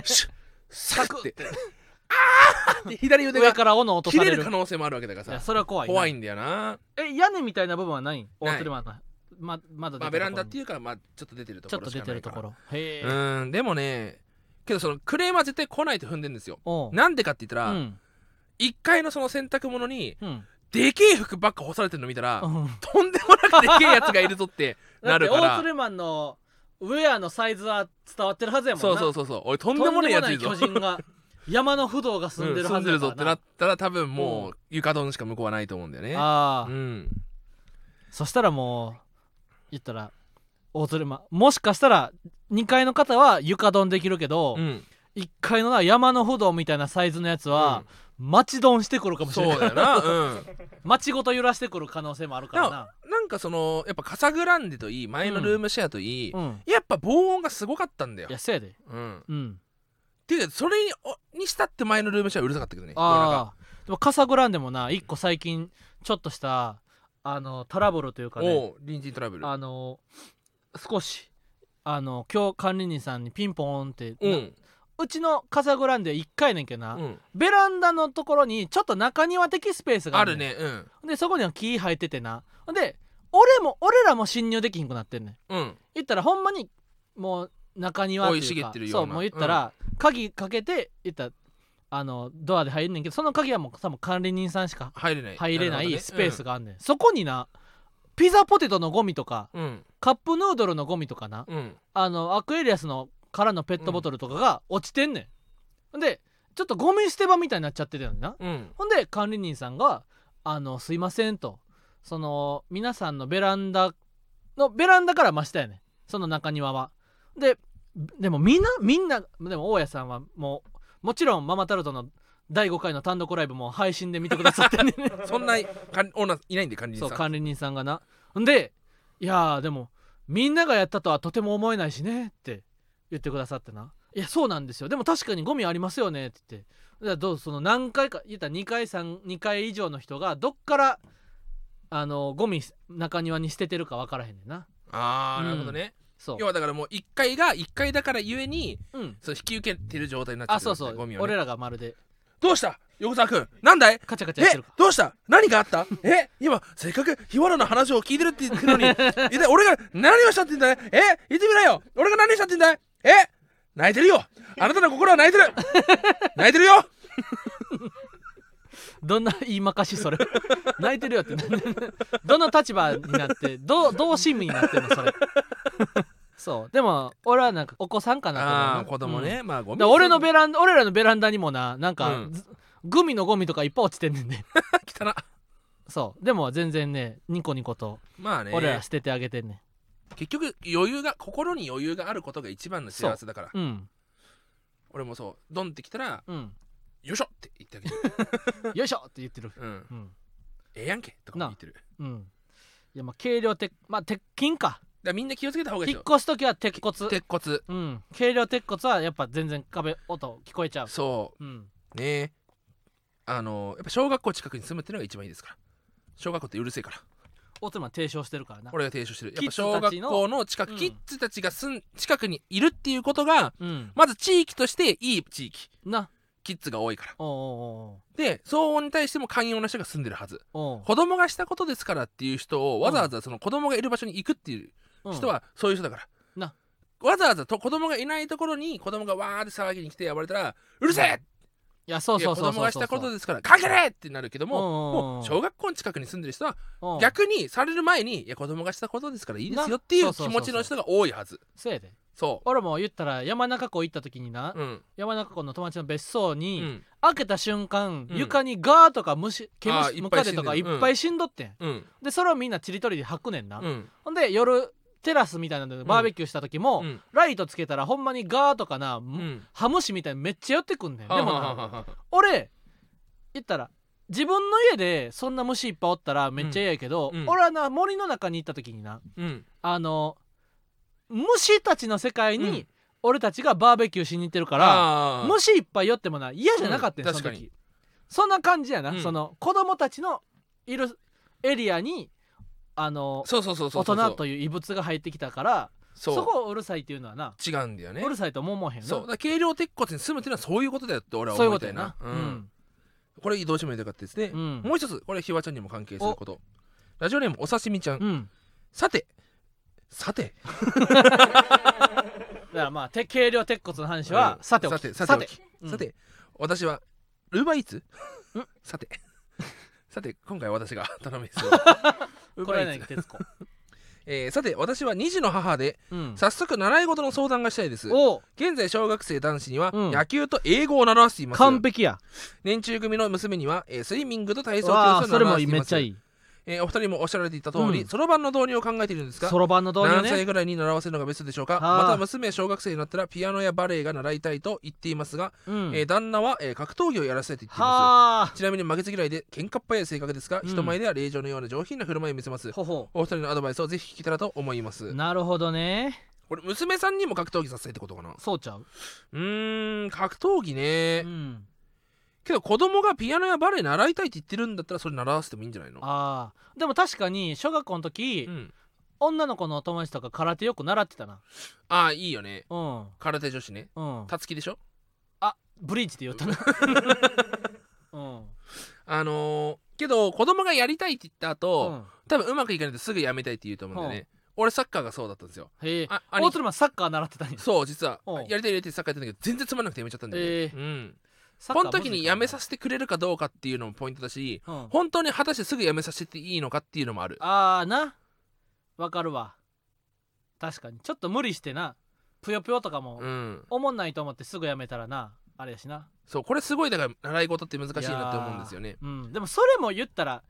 シュッサクってあーって左腕
上
が
から斧落と
切
され
れ
る
る可能性もあるわけだか
いや
らさ
それは怖いな
怖いんだよな
え屋根みたいな部分はない
ない
大鶴マンのままだ出てるところに
まあベランダっていうかまあちょっと出てると
ちょ
こ
っ
ろ
と
し
出
か
て
な
る
いか
と
ら
ころへ
う
え
ーんでもねけどそのクレームは絶対来ないと踏んでんですよ
おう
なんでかって言った
う
ら、
ん
1階のその洗濯物に
うん
でけえ服ばっか干されてるの見たら、
うん
とんでもなくでけえやつがいるぞって
だ
な
って
る
オ
か
ー
ら
ツルマンのウェアのサイズは伝わってるはずやもんな
そうそうそうそう俺とんでもないやついるぞ
とんでもない巨人が山の不動が住んでる
うん住
は
ん
ずや
でるぞ
か
って
ら
な
な
ったら多分もう床丼しか向こうはないと思うんだよね
あ
う
あ
ん
そしたらもう言ったら大鶴マンもしかしたら2階の方は床ドンできるけど
うん
1階のな山の不動みたいなサイズのやつは町丼してくるかもしれな
そ
いう
だよなうん
町ごと揺らしてくる可能性もあるからな
なんかそのやっぱカサグランデといい前のルームシェアといい、
うん
やっぱ防音がすごかったんだよ
いやせやで
うん
うん
ていうかそれにおにしたって前のルームシェアうるさかったけどね
ああでもカサグランデもな一個最近ちょっとしたあのトラブルというか
世
ね
の中おう隣人トラブル
あの少しあの今日管理人さんにピンポーンって、
う
なんうちのカサグランデ1回ねんけどな、
うん
ベランダのところにちょっと中庭的スペースが
あ
ある
る
ねん
ねうん
でそこには木生えててなで俺も俺らも侵入できひんくなってんねん
うん
言ったらほんまにもう中庭っていうか
生い茂ってるよ
そうう
な
もう言ったら、鍵かけて言ったらあのドアで入んねんけどその鍵はもう多分管理人さんしか
入れない
入れな
るほど
い
ね
スペースがあんねん、そこになピザポテトのゴミとか
うん
カップヌードルのゴミとかな
うんうん
あのアクエリアスのからのペットボトルとかが落ちてんねん、でちょっとゴミ捨て場みたいになっちゃってたよな
うん
ほんで管理人さんが「あのすいません」とその皆さんのベランダのベランダから真下やねんその中庭はででもみんなみんなでも大家さんはもうもちろんママタルトの第5回の単独ライブも配信で見てくださってんねん
そんなかんオーナーいないんで管理
そ
人
う
さん
管理人さんがなほんでいやーでもみんながやったとはとても思えないしねって言ってくださってないやそうなんですよでも確かにゴミありますよねって言ってだからどうその何回か言ったら2回32回以上の人がどっからあのゴミ中庭に捨ててるか分からへんねんな
ああなるほどね
そう
要はだからもう1階が1階だからゆえに
うん
そう引き受けてる状態になっちゃ
あ
ってる
そ
ん
うそう、
ですねゴミをね
俺らがまるで
どうした横澤君なんだい
カチャカチャやって
え
るか
どうした何があったえ今せっかく日原の話を聞いてるって言ってるの に一体俺が何をしたって言うんだいえ言ってみなよ俺が何をしたって言うんだいえ泣いてるよあなたの心は泣いて る泣いてるよ
どんな言いまかしそれ 泣いてるよって どの立場になってどうどう親身になってるのそれ そうでも俺はなんかお子さんか
あ
な
あ子供ね、、まあゴ
うん
ミ
だから俺のベランダ俺らのベランダにもななんか、
うん
ずグミのゴミとかいっぱい落ちてんねんね
汚な
そうでも全然ねニコニコと
まあね
俺ら捨ててあげてんねん、
結局余裕が心に余裕があることが一番の幸せだから
うん
俺もそうドンってきたら
うん
よいしょって言ってあげる、
よいしょって言ってる
うん、
うん
ええやんけとかも言ってるだか
うんいやまあ軽量鉄まあ鉄筋から
みんな気をつけた方がいい
引
で
っ
す
越す時は鉄骨
よ鉄骨
うん軽量鉄骨はやっぱ全然壁音聞こえちゃう
そう
うん
ねあのやっぱ小学校近くに住むっていうのが一番いいですから小学校ってうるせえから
大人提唱してるからな
俺が提唱してるやっ
キッ
ぱ
ズたちの
小学校の近く
うん
キッズたちが住ん近くにいるっていうことが
うん
まず地域としていい地域
な
キッズが多いから
おう
で騒音に対しても寛容な人が住んでるはず
おうおうおう
子供がしたことですからっていう人をわざわざその子供がいる場所に行くっていう
うん
人はそういう人だから、
な
わざわざと子供がいないところに子供がわーって騒ぎに来て暴れたらうるせえ
いやそう
い
そ
や
う
子
そうそう
供がしたこと
で
ですから関係ねえってなるけど
うんうんうん
ももう小学校の近くに住んでる人は
逆
逆にされる前にいや子供がしたことですからいいですよってい
な
う
そうそうそうそ
気
う
持ちの人が多いはず
そうやで
そ
俺も言ったら山中湖行った時にな、
ううん
山中湖の友達の別荘
う
に、
ん
開けた瞬間、
うん
床にガーとか虫毛
あ
虫
ーいっぱい
ムカデとかいっ
死んでる
ぱい死んどってん、
うん
でそれをみんなちりとりで吐くねんな、
うん
ほんで夜テラスみたいなのでバーベキューした時も、
うん
ライトつけたらほんまにガーとかな、
うん
ハムシみたいにめっちゃ寄ってくんねんでも
は
な
ははは
俺言ったら自分の家でそんな虫いっぱいおったらめっちゃ嫌やけど、
うんうん
俺はな森の中に行った時にな
うん
あの虫たちの世界
う
に
ん
俺たちがバーベキューしに行ってるから、
あー
虫いっぱい寄ってもな嫌じゃなかったよ、
うん
その
確か
時そんな感じやな、
うん
その子供たちのいるエリアにあの
そうそうそうそう
大人
う
という異物が入ってきたからそ
そう
こをうるさいっていうのはな、
違うんだよね
うるさいと思うもんへんな
そうだから軽量鉄骨に住むっていうのはそういうことだよって俺は
そういう
思
こ
い
と
た
や
いな
な、う
うん
ん
これどうしてもいいかってですね
うん
もう一つこれひわちゃんにも関係することラジオネームお刺身ちゃん
うん、
さてさて
だからまあて軽量鉄骨の話は、
うん
さておき
さてさておき
うん
さて、私はウーバーイーツさて、 さて、今回私が 頼 みです。ウー
こ
バ
れ
ーイ
は
ー
ね
ツ。
徹子、
えーさて、私は2児の母で、
うん、
早速習い事の相談がしたいです。
おう
現在、小学生男子には、
うん
野球と英語を習わせています。
完璧や
年中組の娘には、えースイミングと体操教
わあ
室
そ
を
れ
習
も
わせてい
めっ
ます。
ちゃいい
えーお二人もおっしゃられていた通り
うん
そろばんの導入を考えているんですが
そろばんの導入
何歳
ね
ぐらいに習わせるのがベストでしょうか
あー
また娘は小学生になったらピアノやバレエが習いたいと言っていますが、
うん
えー旦那は、えー格闘技をやらせたいと言っていま
はあ
すちなみに負けず嫌いで喧嘩っ早い性格ですが、
うん
人前では令嬢のような上品な振る舞いを見せます
ほほ
お二人のアドバイスをぜひ聞けたらと思います
なるほどね
これ娘さんにも格闘技させたいってことかな
そうちゃう
うーん格闘技ね、
うん
けど子供がピアノやバレエ習いたいって言ってるんだったらそれ習わせてもいいんじゃないの
ああでも確かに小学校の時、
うん、
女の子の友達とか空手よく習ってたな
ああいいよね
うん
空手女子ね
うん
たつきでしょ
ブリーチって言 ったなうん
あのーけど子供がやりたいって言った後、
うん
多分うまくいかないとすぐやめたいって言うと思うんだよね、俺サッカーがそうだったんですよ
へえ
あ
大鶴マンサッカー習ってたんや
そう実は
うん
やりたいやりたいってサッカーやってたんだけど全然つまんなくてやめちゃったんだよね、
えー
うん、
サッカ
こ
ー
の時にやめさせてくれるかどうかっていうのもポイントだし
うん
本当に果たしてすぐやめさせていいのかっていうのもある
ああなわかるわ確かにちょっと無理してなぷよぷよとかも
うん
おもんないと思ってすぐやめたらなあれやしな
そうこれすごいだから習い事って難しいなって思うんですよね
うんでもそれも言ったら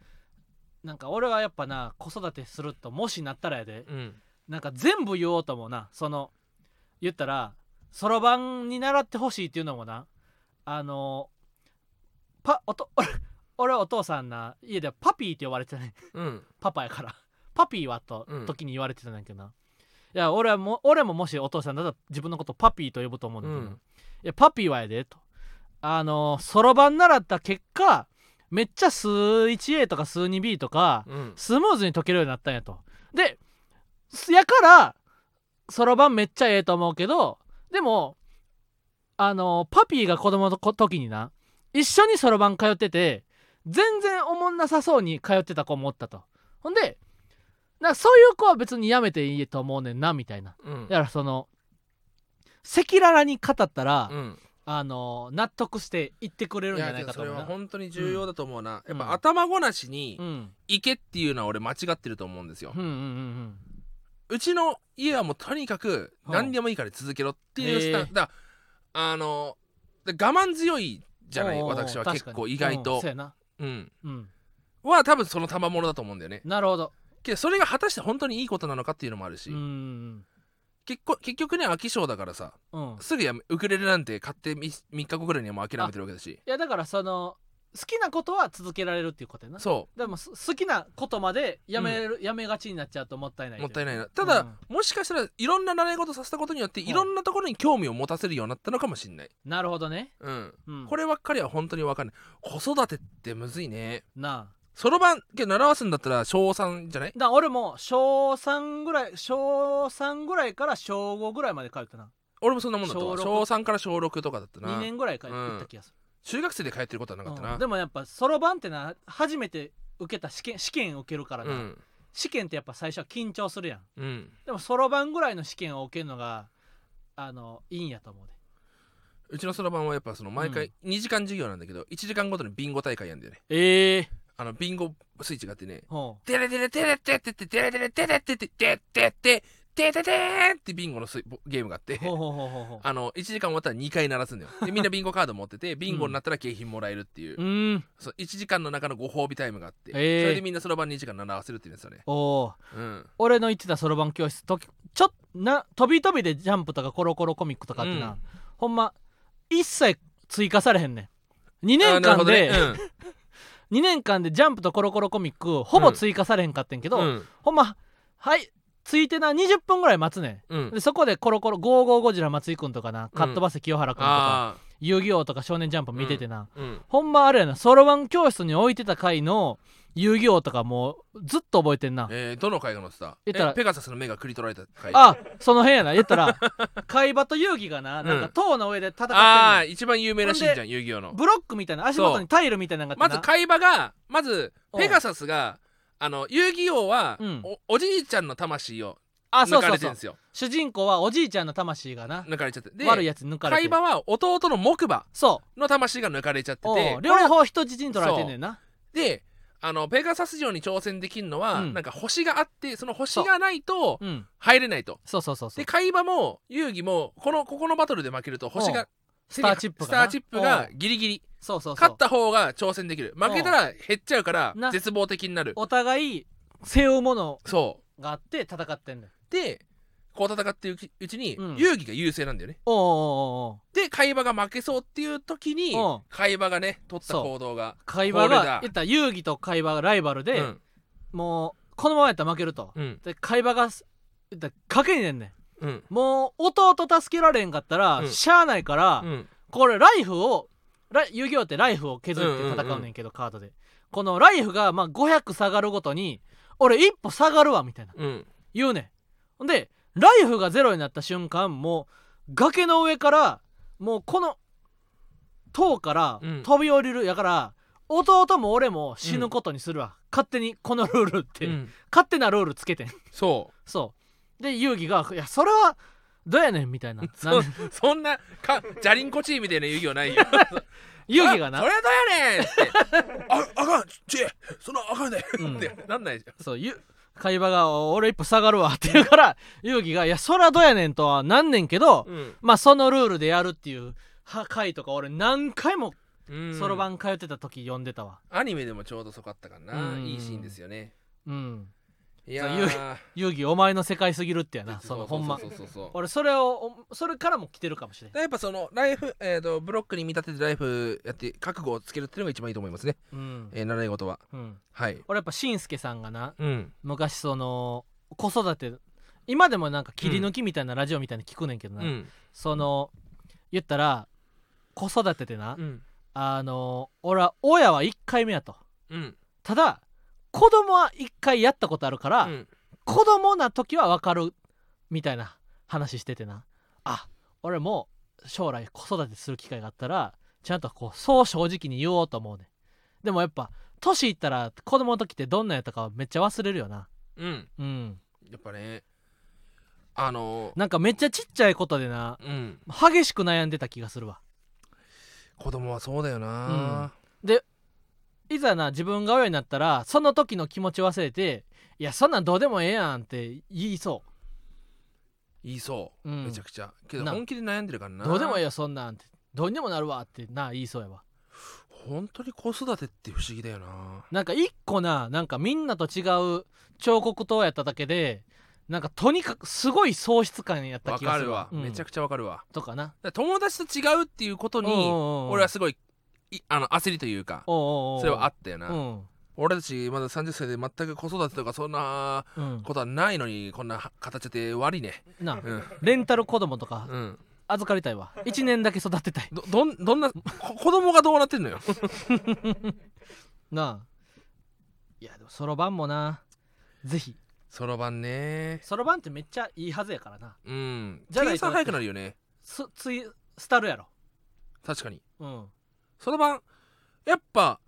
なんか俺はやっぱな子育てするともしなったらやで
うん
なんか全部言おうともなその言ったらそろばんに習ってほしいっていうのもなあのパおと 俺俺お父さんな家ではパピーって呼ばれてたね
うん
パパやから パピーはと、
うん
時に言われてたんだけどないや俺はもう俺ももしお父さんだったら自分のことパピーと呼ぶと思うんだけど、
うん
いやパピーはやでとあのそろばん習った結果めっちゃ数 1A とか数 2B とか
うん
スムーズに解けるようになったんやとですやからそろばんめっちゃええと思うけどでもあのパピーが子供のこ時にな一緒にそろばん通ってて全然おもんなさそうに通ってた子もおったとほんでなんかそういう子は別にやめていいと思うねんなみたいな
うん
だからその赤裸々に語ったら、
うん
あの納得して言ってくれるんじ
い
ゃ
や
な
け
い
ど
かと
それ
思う
は
な
本当に重要だと思うな、
うん
やっぱ頭ごなしに
うん
行けっていうのは俺間違ってると思うんですよ、
うんうんうん
うちの家はもうとにかく
うん
何でもいいから続けろっていうスタン
へえ
スだからあので我慢強いじゃない
おうおうおう
私は
確
結
かに
構意外
うん
と
そうやな
うん
うん
は多分その賜物だと思うんだよね
なるほど
けどそれが果たして本当にいいことなのかっていうのもあるし、
うん
結構結局ね飽き性だからさ
うん
すぐやめウクレレなんて買ってみ3日後ぐらいにはもう諦めてるわけだし
いやだからその好きなことは続けられるっていうことやな
そ
でもす好きなことまでやめる、やめがちになっちゃうともったいな
う
い
もったい
ない
ないなただ、
うん
もしかしたらいろんな習い事させたことによって
ん
いろんなところに興味を持たせるようになったのかもしんない、
なるほどね、
うん、
うん、
こればっかりは本当に分かんない子育てってむずいね
なあ
そろばんけど習わすんだったら小3じゃない
だから俺も小3ぐらい小3ぐらいから小5ぐらいまで通ってな
俺もそんなもんだったわ
小
小
六
3から小6とかだった
2
な
年ぐらい通
うん
行った気がす
中学生で通ってることはな
る、
かった
う
なん
でもやっぱそろばんってな初めて受けた試験試験受けるから
う
な、
ん
試験ってやっぱ最初は緊張するやん
うん
でもそろばんぐらいの試験を受けるのがあのいいんやと思うで
うちのそろばんはやっぱその毎回2時間授業なんだけど1時間ごとにビンゴ大会やんだよね
ええ
あのビンゴスイッチがあってね
ほ
「テレテレテレテテテテレテレテレテテテテテテテテーン!」ってビンゴのスイゲームがあって
うほうほうほうほうほう
あの1時間終わったら2回鳴らすんだよでみんなビンゴカード持っててビンゴになったら景品もらえるっていう、
うーん
そう1時間の中のご褒美タイムがあって、
えー
それでみんなそろばん2時間鳴らせるって言うんですよね
おお
うん
俺の言ってたそろばん教室ときちょっな飛び飛びでジャンプとかコロコロコミックとかってな、
うん
ほんま一切追加されへんねん2
あー
年
なる
間
ほど
で、
ねうん
2年間でジャンプとコロコロコミックほぼ追加されへんかってんけど、
うん
ほんまはいついてな20分ぐらい待つね
うん
んでそこでコロコロ555ゴジラ松井くんとかな、カットバス清原くんとか
あ
遊戯王とか少年ジャンプ見ててな、
あうん
ほんまあれやなそろばん教室に置いてた回の遊戯王とかもうずっと覚えてんな
えー、どの回が載ってた
言ったら
えペガサスの目がくり取られた回
あその辺やな言ったら 海馬と遊戯がな
うん
なんか塔の上で戦ってん
あ
の
ー一番有名なシーンじゃん遊戯王の
ブロックみたいな足元にタイルみたいなのがあ
ま
って
ず
な
会話がまず
うん
ペガサスがあの遊戯王は、
うん
おおじいちゃんの魂を
あそ
抜
う
か
そう
れて
そ
るん
う
ですよ
主人公はおじいちゃんの魂がな
抜かれちゃってで
悪いやつに抜かれて
会
る
話は弟の木馬
そ
の魂が抜かれちゃって
うお
て
う両方人質に取られてんねんな
であのペガサス城に挑戦できるのは、
うん
なんか星があってその星がないと
うん
入れないと。
そうそうそうそう
で会話も遊戯もこのここのバトルで負けると星
おう
が
スターチップ
ス
か
タ
な
ーチップがギリギリ
そうそうそう
勝った方が挑戦できる負けたら減っちゃうから
な
絶望的になる
お互い背負うもの
そ
があって戦ってんだよ
うでこう戦っていくうちに
うん
遊戯が優勢なんだよね
おうおうおうおう
で海馬が負けそうっていう時に
うん
海馬がね取った
そう
行動が
会話
これだ
が言ったら遊戯と会話がライバル
う
で、
ん
もうこのままやったら負けると、
うん
で会話が言ったら賭けにねんね
うん
んもう弟助けられんかったら、
うん
しゃあないから、
うん
これライフをラ遊戯王ってライフを削って戦うねんけど、カードでこのライフがまあ500下がるごとに俺一歩下がるわみたいな
うん
言うねんほんでライフがゼロになった瞬間もう崖の上からもうこの塔から
うん
飛び降りる、やから弟も俺も死ぬことにするわ、勝手にこのルールって、
うん
勝手なルールつけてん
そ
そうで遊戯が「いやそれはどうやねん」みたいな
う
な
そ
んで
そんなかじゃりんこチーみたいな遊戯はないよ
遊戯がな
あそれはどうやねんって ああかんちそんなあかんね
うん
ってなんないじゃん
そうゆ会話が「俺一歩下がるわ」って言うから遊戯が「いやそれはどうやねん」とはなんねんけど、
うん
まあそのルールでやるっていうは回とか俺何回も
うん
そろばん通ってた時読んでたわ
アニメでもちょうどそこあったからな、
うん
いいシーンですよね
うん
いやー
そう遊遊戯お前の世界すぎるってやなそのほんま
そうそうそうそうそう
俺それをおそれからも来てるかもしれん
やっぱそのライフ、えー、とブロックに見立ててライフやって覚悟をつけるっていうのが一番いいと思いますね、
うん、
えー、習い事は
うん、
はい
俺やっぱしんすけさんがな
うん
昔その子育て今でもなんか切り抜きみたいなラジオみたいに聞くねんけど
う
な、
ん
その言ったら子育てでな、
うん
あの俺は親は1回目やと
うん
ただ子供は1回やったことあるから、
うん
子供な時は分かるみたいな話しててなあ俺も将来子育てする機会があったらちゃんとこうそう正直に言おうと思うねんでもやっぱ年いったら子供の時ってどんなんやったかはめっちゃ忘れるよな
うん
うん
やっぱねあの
なんかめっちゃちっちゃいことでな
ーうん
激しく悩んでた気がするわ
子供はそうだよな、
いざな自分が親になったらその時の気持ち忘れていやそんなんどうでもええやんって言いそ
言いそう、
うん
めちゃくちゃけど
な
本気で悩んでるから
う
な
どうでもええよそんなんってどうにでもなるわってな言いそうやわ
本当に子育てって不思議だよな
なんか一個ななんかみんなと違う彫刻刀やっただけでなんかとにかくすごい喪失感やった
わ
気が
か
する
るわ、
うん
めちゃくちゃわかるわ
とかな
だから友達と違うっていうこと
うんうん
に
うん
俺はすごいいあの焦りというか
おうおうおう
それはあったよな、
うん
俺たちまだ30歳で全く子育てとかそんな
うん
ことはないのにこんな形で悪いね
なあ
うん、
レンタル子供とか
うん、
預かりたいわ1年だけ育てたい
どどんどんなこ子供がどうなってんのよ
なあいやでもそろばんもなぜひ
そろばんね
そろばんってめっちゃいいはずやからな
うん
じゃないと
計算早くなるよね
すついスタルやろ
確かに
うん
そろばんやっぱ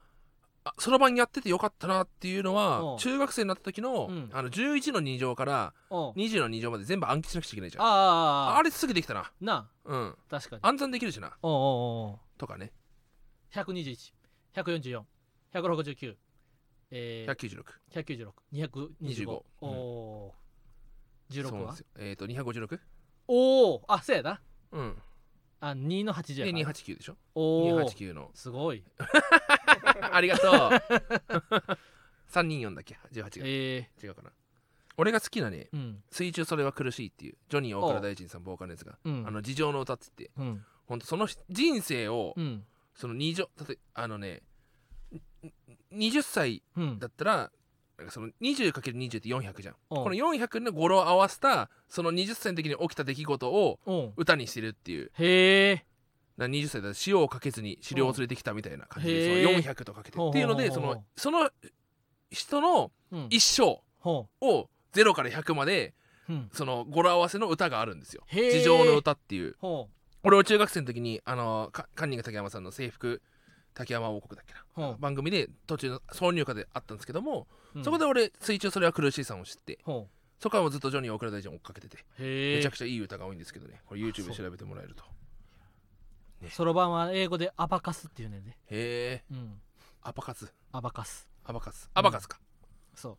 あそろばんやっててよかったなっていうの
お
は
う
中学生になった時の,、
うん
あの11の2乗から
おう
20の2乗まで全部暗記しなくちゃいけないじゃんあ
ああ
れすぐできたな
な
う
あ
ん
確かに
暗算できるしな
おうおうおう
とかね
121144469196、えー、
196
196225
うん
おー
そう
16
なん
は
ですよえっ、ー、と 256?
おおあそうやな
うん
あ2の80
で
やから
289でしょ
おお
289の
すごい
ありがとう 324だっけ18が
え
違うかな俺が好きなね
ー、うん
水中それは苦しいっていうジョニー大倉大臣さんボーカルのやつが、
うん
あの事情の歌っつって
うん
ほんとその人生を、
うん
その二乗例えあのねに20歳
うん
だったらなんかその 20×20 って400じゃん
お
この400の語呂を合わせたその20歳の時に起きた出来事を
おう
歌にしてるっていう
へえ
な20歳だと塩をかけずに狩猟を連れてきたみたいな感じ
うん
でその
へー
400とかけてっていうので
ほ
そう
ほう
のその人の
うん
一生
ほ
を0から100まで
ううん
その語呂合わせの歌があるんですよ。
へえ
地上の歌っていう
ほ
俺は中学生の時にあのかカンニング竹山さんの制服竹山王国だっけな
うほ
番組で途中の挿入歌であったんですけども、
ううん
そこで俺水中それは苦しいさんを知って
ほ
そこからもずっとジョニー大倉大臣を追っかけてて、
うへ
めちゃ
え
くちゃいい歌が多いんですけどねこれ YouTube で調べてもらえると
そろばんは英語でアバカスっていうねんで
へえ
うん
アバカツ
アバカス
アバカツアバカツか、
そう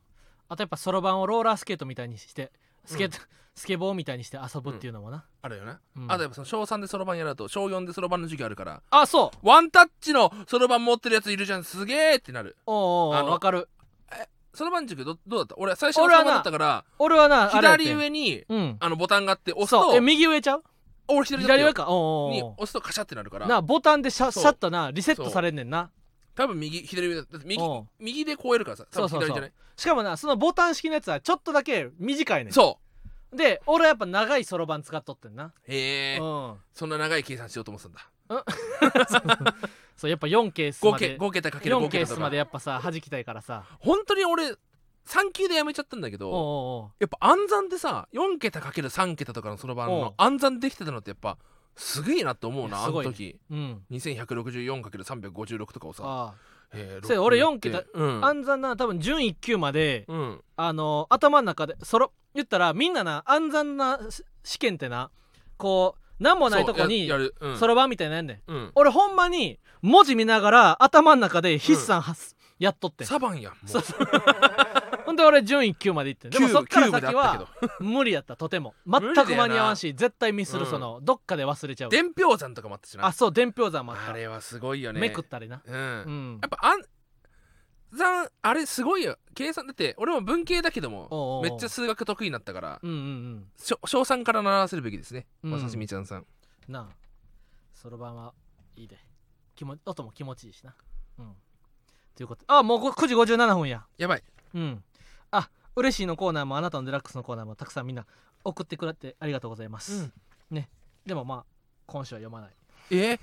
あとやっぱそろばんをローラースケートみたいにしてスケ,、スケボーみたいにして遊ぶっていうのもな、
あるよな、
うん
あとやっぱその小3でそろばんやると小4でそろばんの授業あるから
あそう
ワンタッチのそろばん持ってるやついるじゃんすげーってなる
おうおう
あ
おう
の
わかる
そろばん塾どどうだった俺最初のそろばんだったから
俺はなあれやって
左上に
うん
あのボタンがあって押す
そうえ
と
右上ちゃう
俺左だっ
左
た
上
よ
かおうおう
に
おう
押すとカシャってなるから
なボタンでシャ
そう
シャッとなリセットされんねんな
多分右左上だだって右
おう
右で超えるからさ多分
そうそうそう
左じゃない
しかもなそのボタン式のやつはちょっとだけ短いねん
そ
で俺はやっぱ長いそろばん使っとってんな、
うへえ
うん
そんな長い計算しようと思ってたんだ
そうやっぱ4ケースま
5ケ
で
5桁かける
4
5
ケー
桁
ス
と
ま
か
でやっぱさ弾きたいからさ
本当に俺3級でやめちゃったんだけ
お
ど
うお
やっぱ暗算ってさ4桁かける3桁とかのそろばん
おう
の暗算できてたのってやっぱすげえなって思う
い
な
や
あ
す
の
ごいね
時
うおううん
2164かける356とかをさ
あ
えー
そうや俺
6って
4桁
うん
あ暗算な多分準1級まで
うん
あの頭の中でそろ言ったらみんなな暗算なし試験ってなこう何もないとこ
そう
に
ややるうん
そろばんみたいなのやんねん
うん
俺ほんまに文字見ながら頭の中で筆算はす、やっとってん
サバンやんもう
そうほんで俺準1級まで行ってんで
キ
も
ューブ
そっから
キューブ
先
であったけ
は
ど
無理やったとても全
理だよな
く間に合わんし絶対ミスる
うん
その、どっかで忘れちゃう
伝票算とかもあったしな
あそう伝票山もあった
あれはすごいよね
めくったりな
うん
うん
やっぱ暗算あれすごいよ計算だって俺も文系だけど
おうおうおう
もめっちゃ数学得意になったから
うんうんうん
小3から習わせるべきですね
うん
まさしみちゃんさん
なあそろばんはいいで気も音も気持ちいいしなうんということあもうこ9時57分や
やばい
うんあ嬉しいのコーナーもあなたのデラックスのコーナーもたくさんみんな送ってくれてありがとうございます、ねでもまあ今週は読まない
えー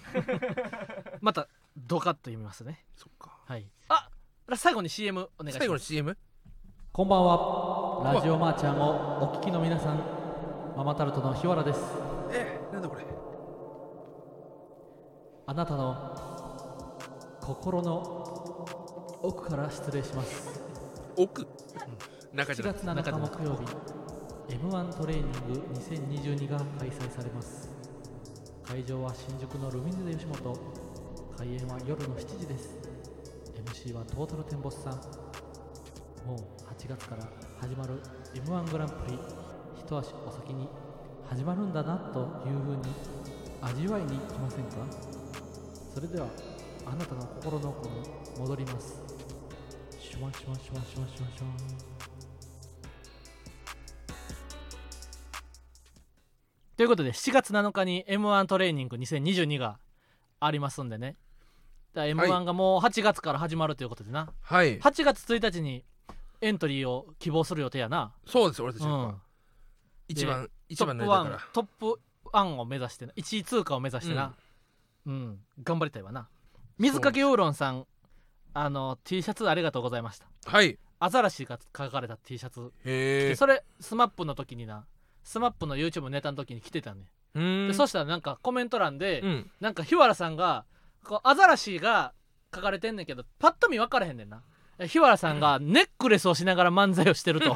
またドカッと読みますね
そっか
はいあ最後に CM お願いし
最後
ま
の
す
CM?
こんばんはラジオマーちゃんをお聞きの皆さんママタルトの日原です
えなんだこれ
あなたの心の奥から失礼します
奥中じ
7
ゃなく
月7日木曜日 M1 トレーニング2022が開催されます会場は新宿のルミネで吉本開演は夜の7時です MC はトータルテンボスさんもう8月から始まる m 1グランプリ一足お先に始まるんだなというふうに味わいに来ませんかそれではあなたの心の奥に戻りますシュワンシュワンシュワンシュワンシュワンシュワン
ということで7月7日に m 1トレーニング2022がありますんでね m 1がもう8月から始まるということでな、
はい
8月1日にエントリーを希望する予定やな、
そうです俺たち
う
は
ん、
一番一
ト
番
ッ
にな
プ
り
ワ
たいか
ン
ら
トップワンを目指してな1位通過を目指してな、うん頑張りたいわな水かけウーロンさんあの T シャツありがとうございました
はい
アザラシが書かれた T シャツ
へ
で
え
それスマップの時になスマップの YouTube ネタの時に来てたね、
うーん
でそしたらなんかコメント欄で、
うん
なんか日原さんがこうアザラシが書かれてんねんけどパッと見分からへんねんなえ日原さんがネックレスをしながら漫才をしてると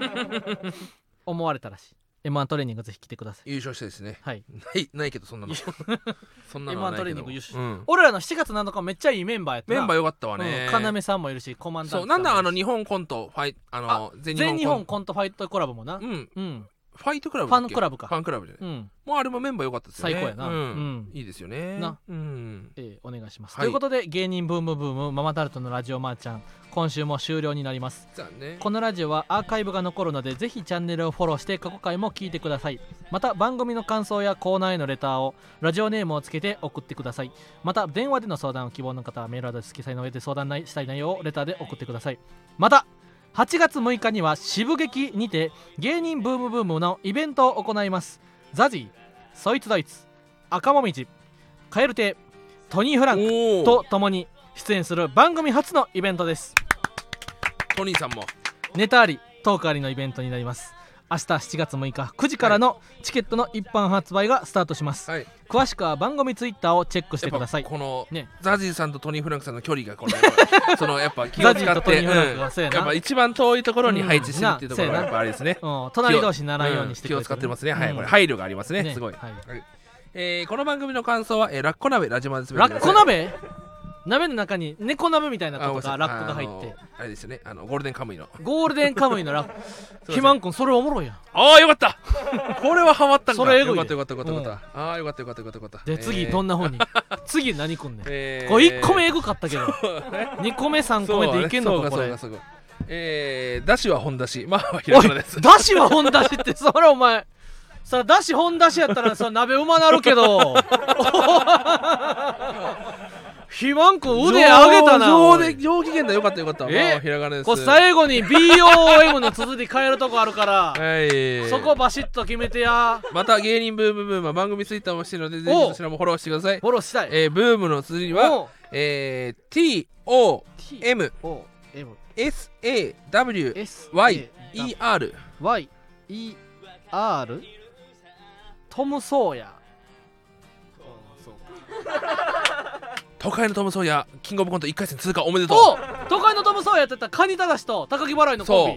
思われたらしい M1 トレーニングぜひ来てください
優勝したいですね
はい
ないないけどそんなの そんなのは
M1
ない
トレー
け
ニ
ど
ング優勝
うん
俺らの7月7日めっちゃいいメンバーやった
メ
な
ンバー良かったわね
うん要さんもいるしコマンダント
そ
さ
うん
もいるし
なんだあの日本コントファイあの全
全日
日
本
本
コントファイトコラボもな
コンうん
うん
ファイトクラブ
ファンクラブか
ファンクラブじゃない
うん
もうあれもメンバー良かったですよね
最高やな
う
うん
んいいですよね
な
うん
えーお願いします、
はい
ということで芸人ブームブームママタルトのラジオマーちゃん今週も終了になります
じゃあね
このラジオはアーカイブが残るのでぜひチャンネルをフォローして過去回も聞いてくださいまた番組の感想やコーナーへのレターをラジオネームをつけて送ってくださいまた電話での相談を希望の方はメールアドレス記載の上で相談内したい内容をレターで送ってくださいまた8月6日には渋劇にて芸人ブームブームのイベントを行いますザジーそいつドイツ赤もみじカエル亭トニー・フランク
おお
と共に出演する番組初のイベントです
トニーさんも
ネタありトークありのイベントになります明日7月6日9時からのチケットの一般発売がスタートします、
はい
詳しくは番組ツイッターをチェックしてください
この
ね
ザジーさんとトニー・フランクさんの距離がこのやっ ぱそのやっぱ気を
ザジ
使
ーと
っ
トニ
て
ー
うん
フランクがそうやな
やっぱ一番遠いところに配置してるっていうところ
うん
が
な
やっぱあれですね
うん、隣同士にならんようにして
気を使ってますすねはいこれ配慮がありますねすごい
はい、
えーこの番組の感想は、えーラッコ鍋ラジマです
ラッコ鍋鍋の中に猫鍋みたいな
あご
と
めんなさ
か
い
ラップが入って
あのあれですよねあのゴールデンカムイの
ゴールデンカムイのラ ップ肥満君それおもろいやん
ああよかった これはハマったんだ
それエグい
よ
で
かったよかったよかったよかったああよかったよかったよかったよかった
で次
えー
どんな方に次何くんねん
えー
これ1個目エグかったけど2個目3個目でいけんのかこ
そう
れ
かそうかそうかえー、だしは本だしまあひら
お
が
い
なです
だしは本だしってそれお前さだし本だしやったらさ鍋うまなるけど 肥満君腕上げたなお
上上
い
で上機嫌だよかったよかった
え
まあひらがなです
こう最後に BOM の続き変えるとこあるから
はい
そこバシッと決めてや
また芸人ブームブームは番組ツイッターもしてるのでぜひ
おう
そちらもフォローしてください
フォローしたい
えー、ブームの綴りは
お
えー、TOMSAWER
O M S Y E R トム・ソーヤ
都会のトム・ソーヤキングオブコント1回戦通過おめでと
お都会のトム・ソーヤやってたカニタダシと高木払いのコン
うそ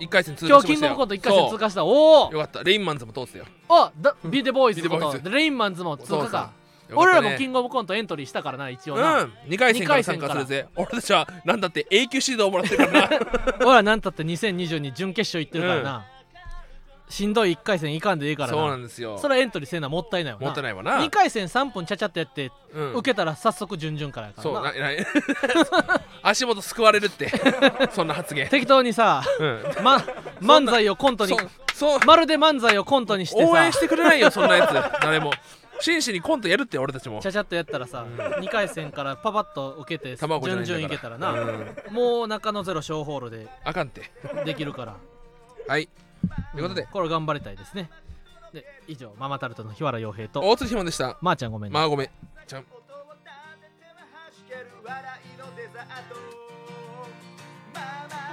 ビ
う1回戦通
今
過
日
し
キ
ま
ン
し
グオブコ
たよ
ント1回戦通過したお
そうよかったレインマンズも通ってたよ
おあだビデボーイズこ
ビデボー
と
イズ
レインマンズも通
そう
過
そう
か俺らもキ
ング
ングオブコントエントリーしたからな一応
う
なん
2回戦から参加するぜ俺たちはなんだって永久指導もらってる からな
俺らなんたって2020に準決勝行ってるからなしんどい1回戦いかんでいいから
そうな
なん
ですよ
それはエントリーせんなもったいないわ
もったい
な
ないわな
2回戦3分ちゃちゃってやって
うん
受けたら早速準々からやから
そう
な
なな 足元すくわれるって そんな発言
適当に さ
うん
ま、漫才をコントに
そそう
まるで漫才をコントにして
応
さ
援してくれないよそんなやつ誰も真摯にコントやるって俺たちも
ちゃちゃっとやったらさ、2回戦からパパッと受けて順
卵じゃないん
々
だから
いけたらな、
うん
もう中野ゼロ小ホールで
あかんって
できる から
はいということで
これ頑張りたいですねで以上ママタルトの日原洋平と
大鶴ひまんでした
まー、ちゃんごめんね
まあごめんちゃん
音を立てては弾ける笑いのデザートママ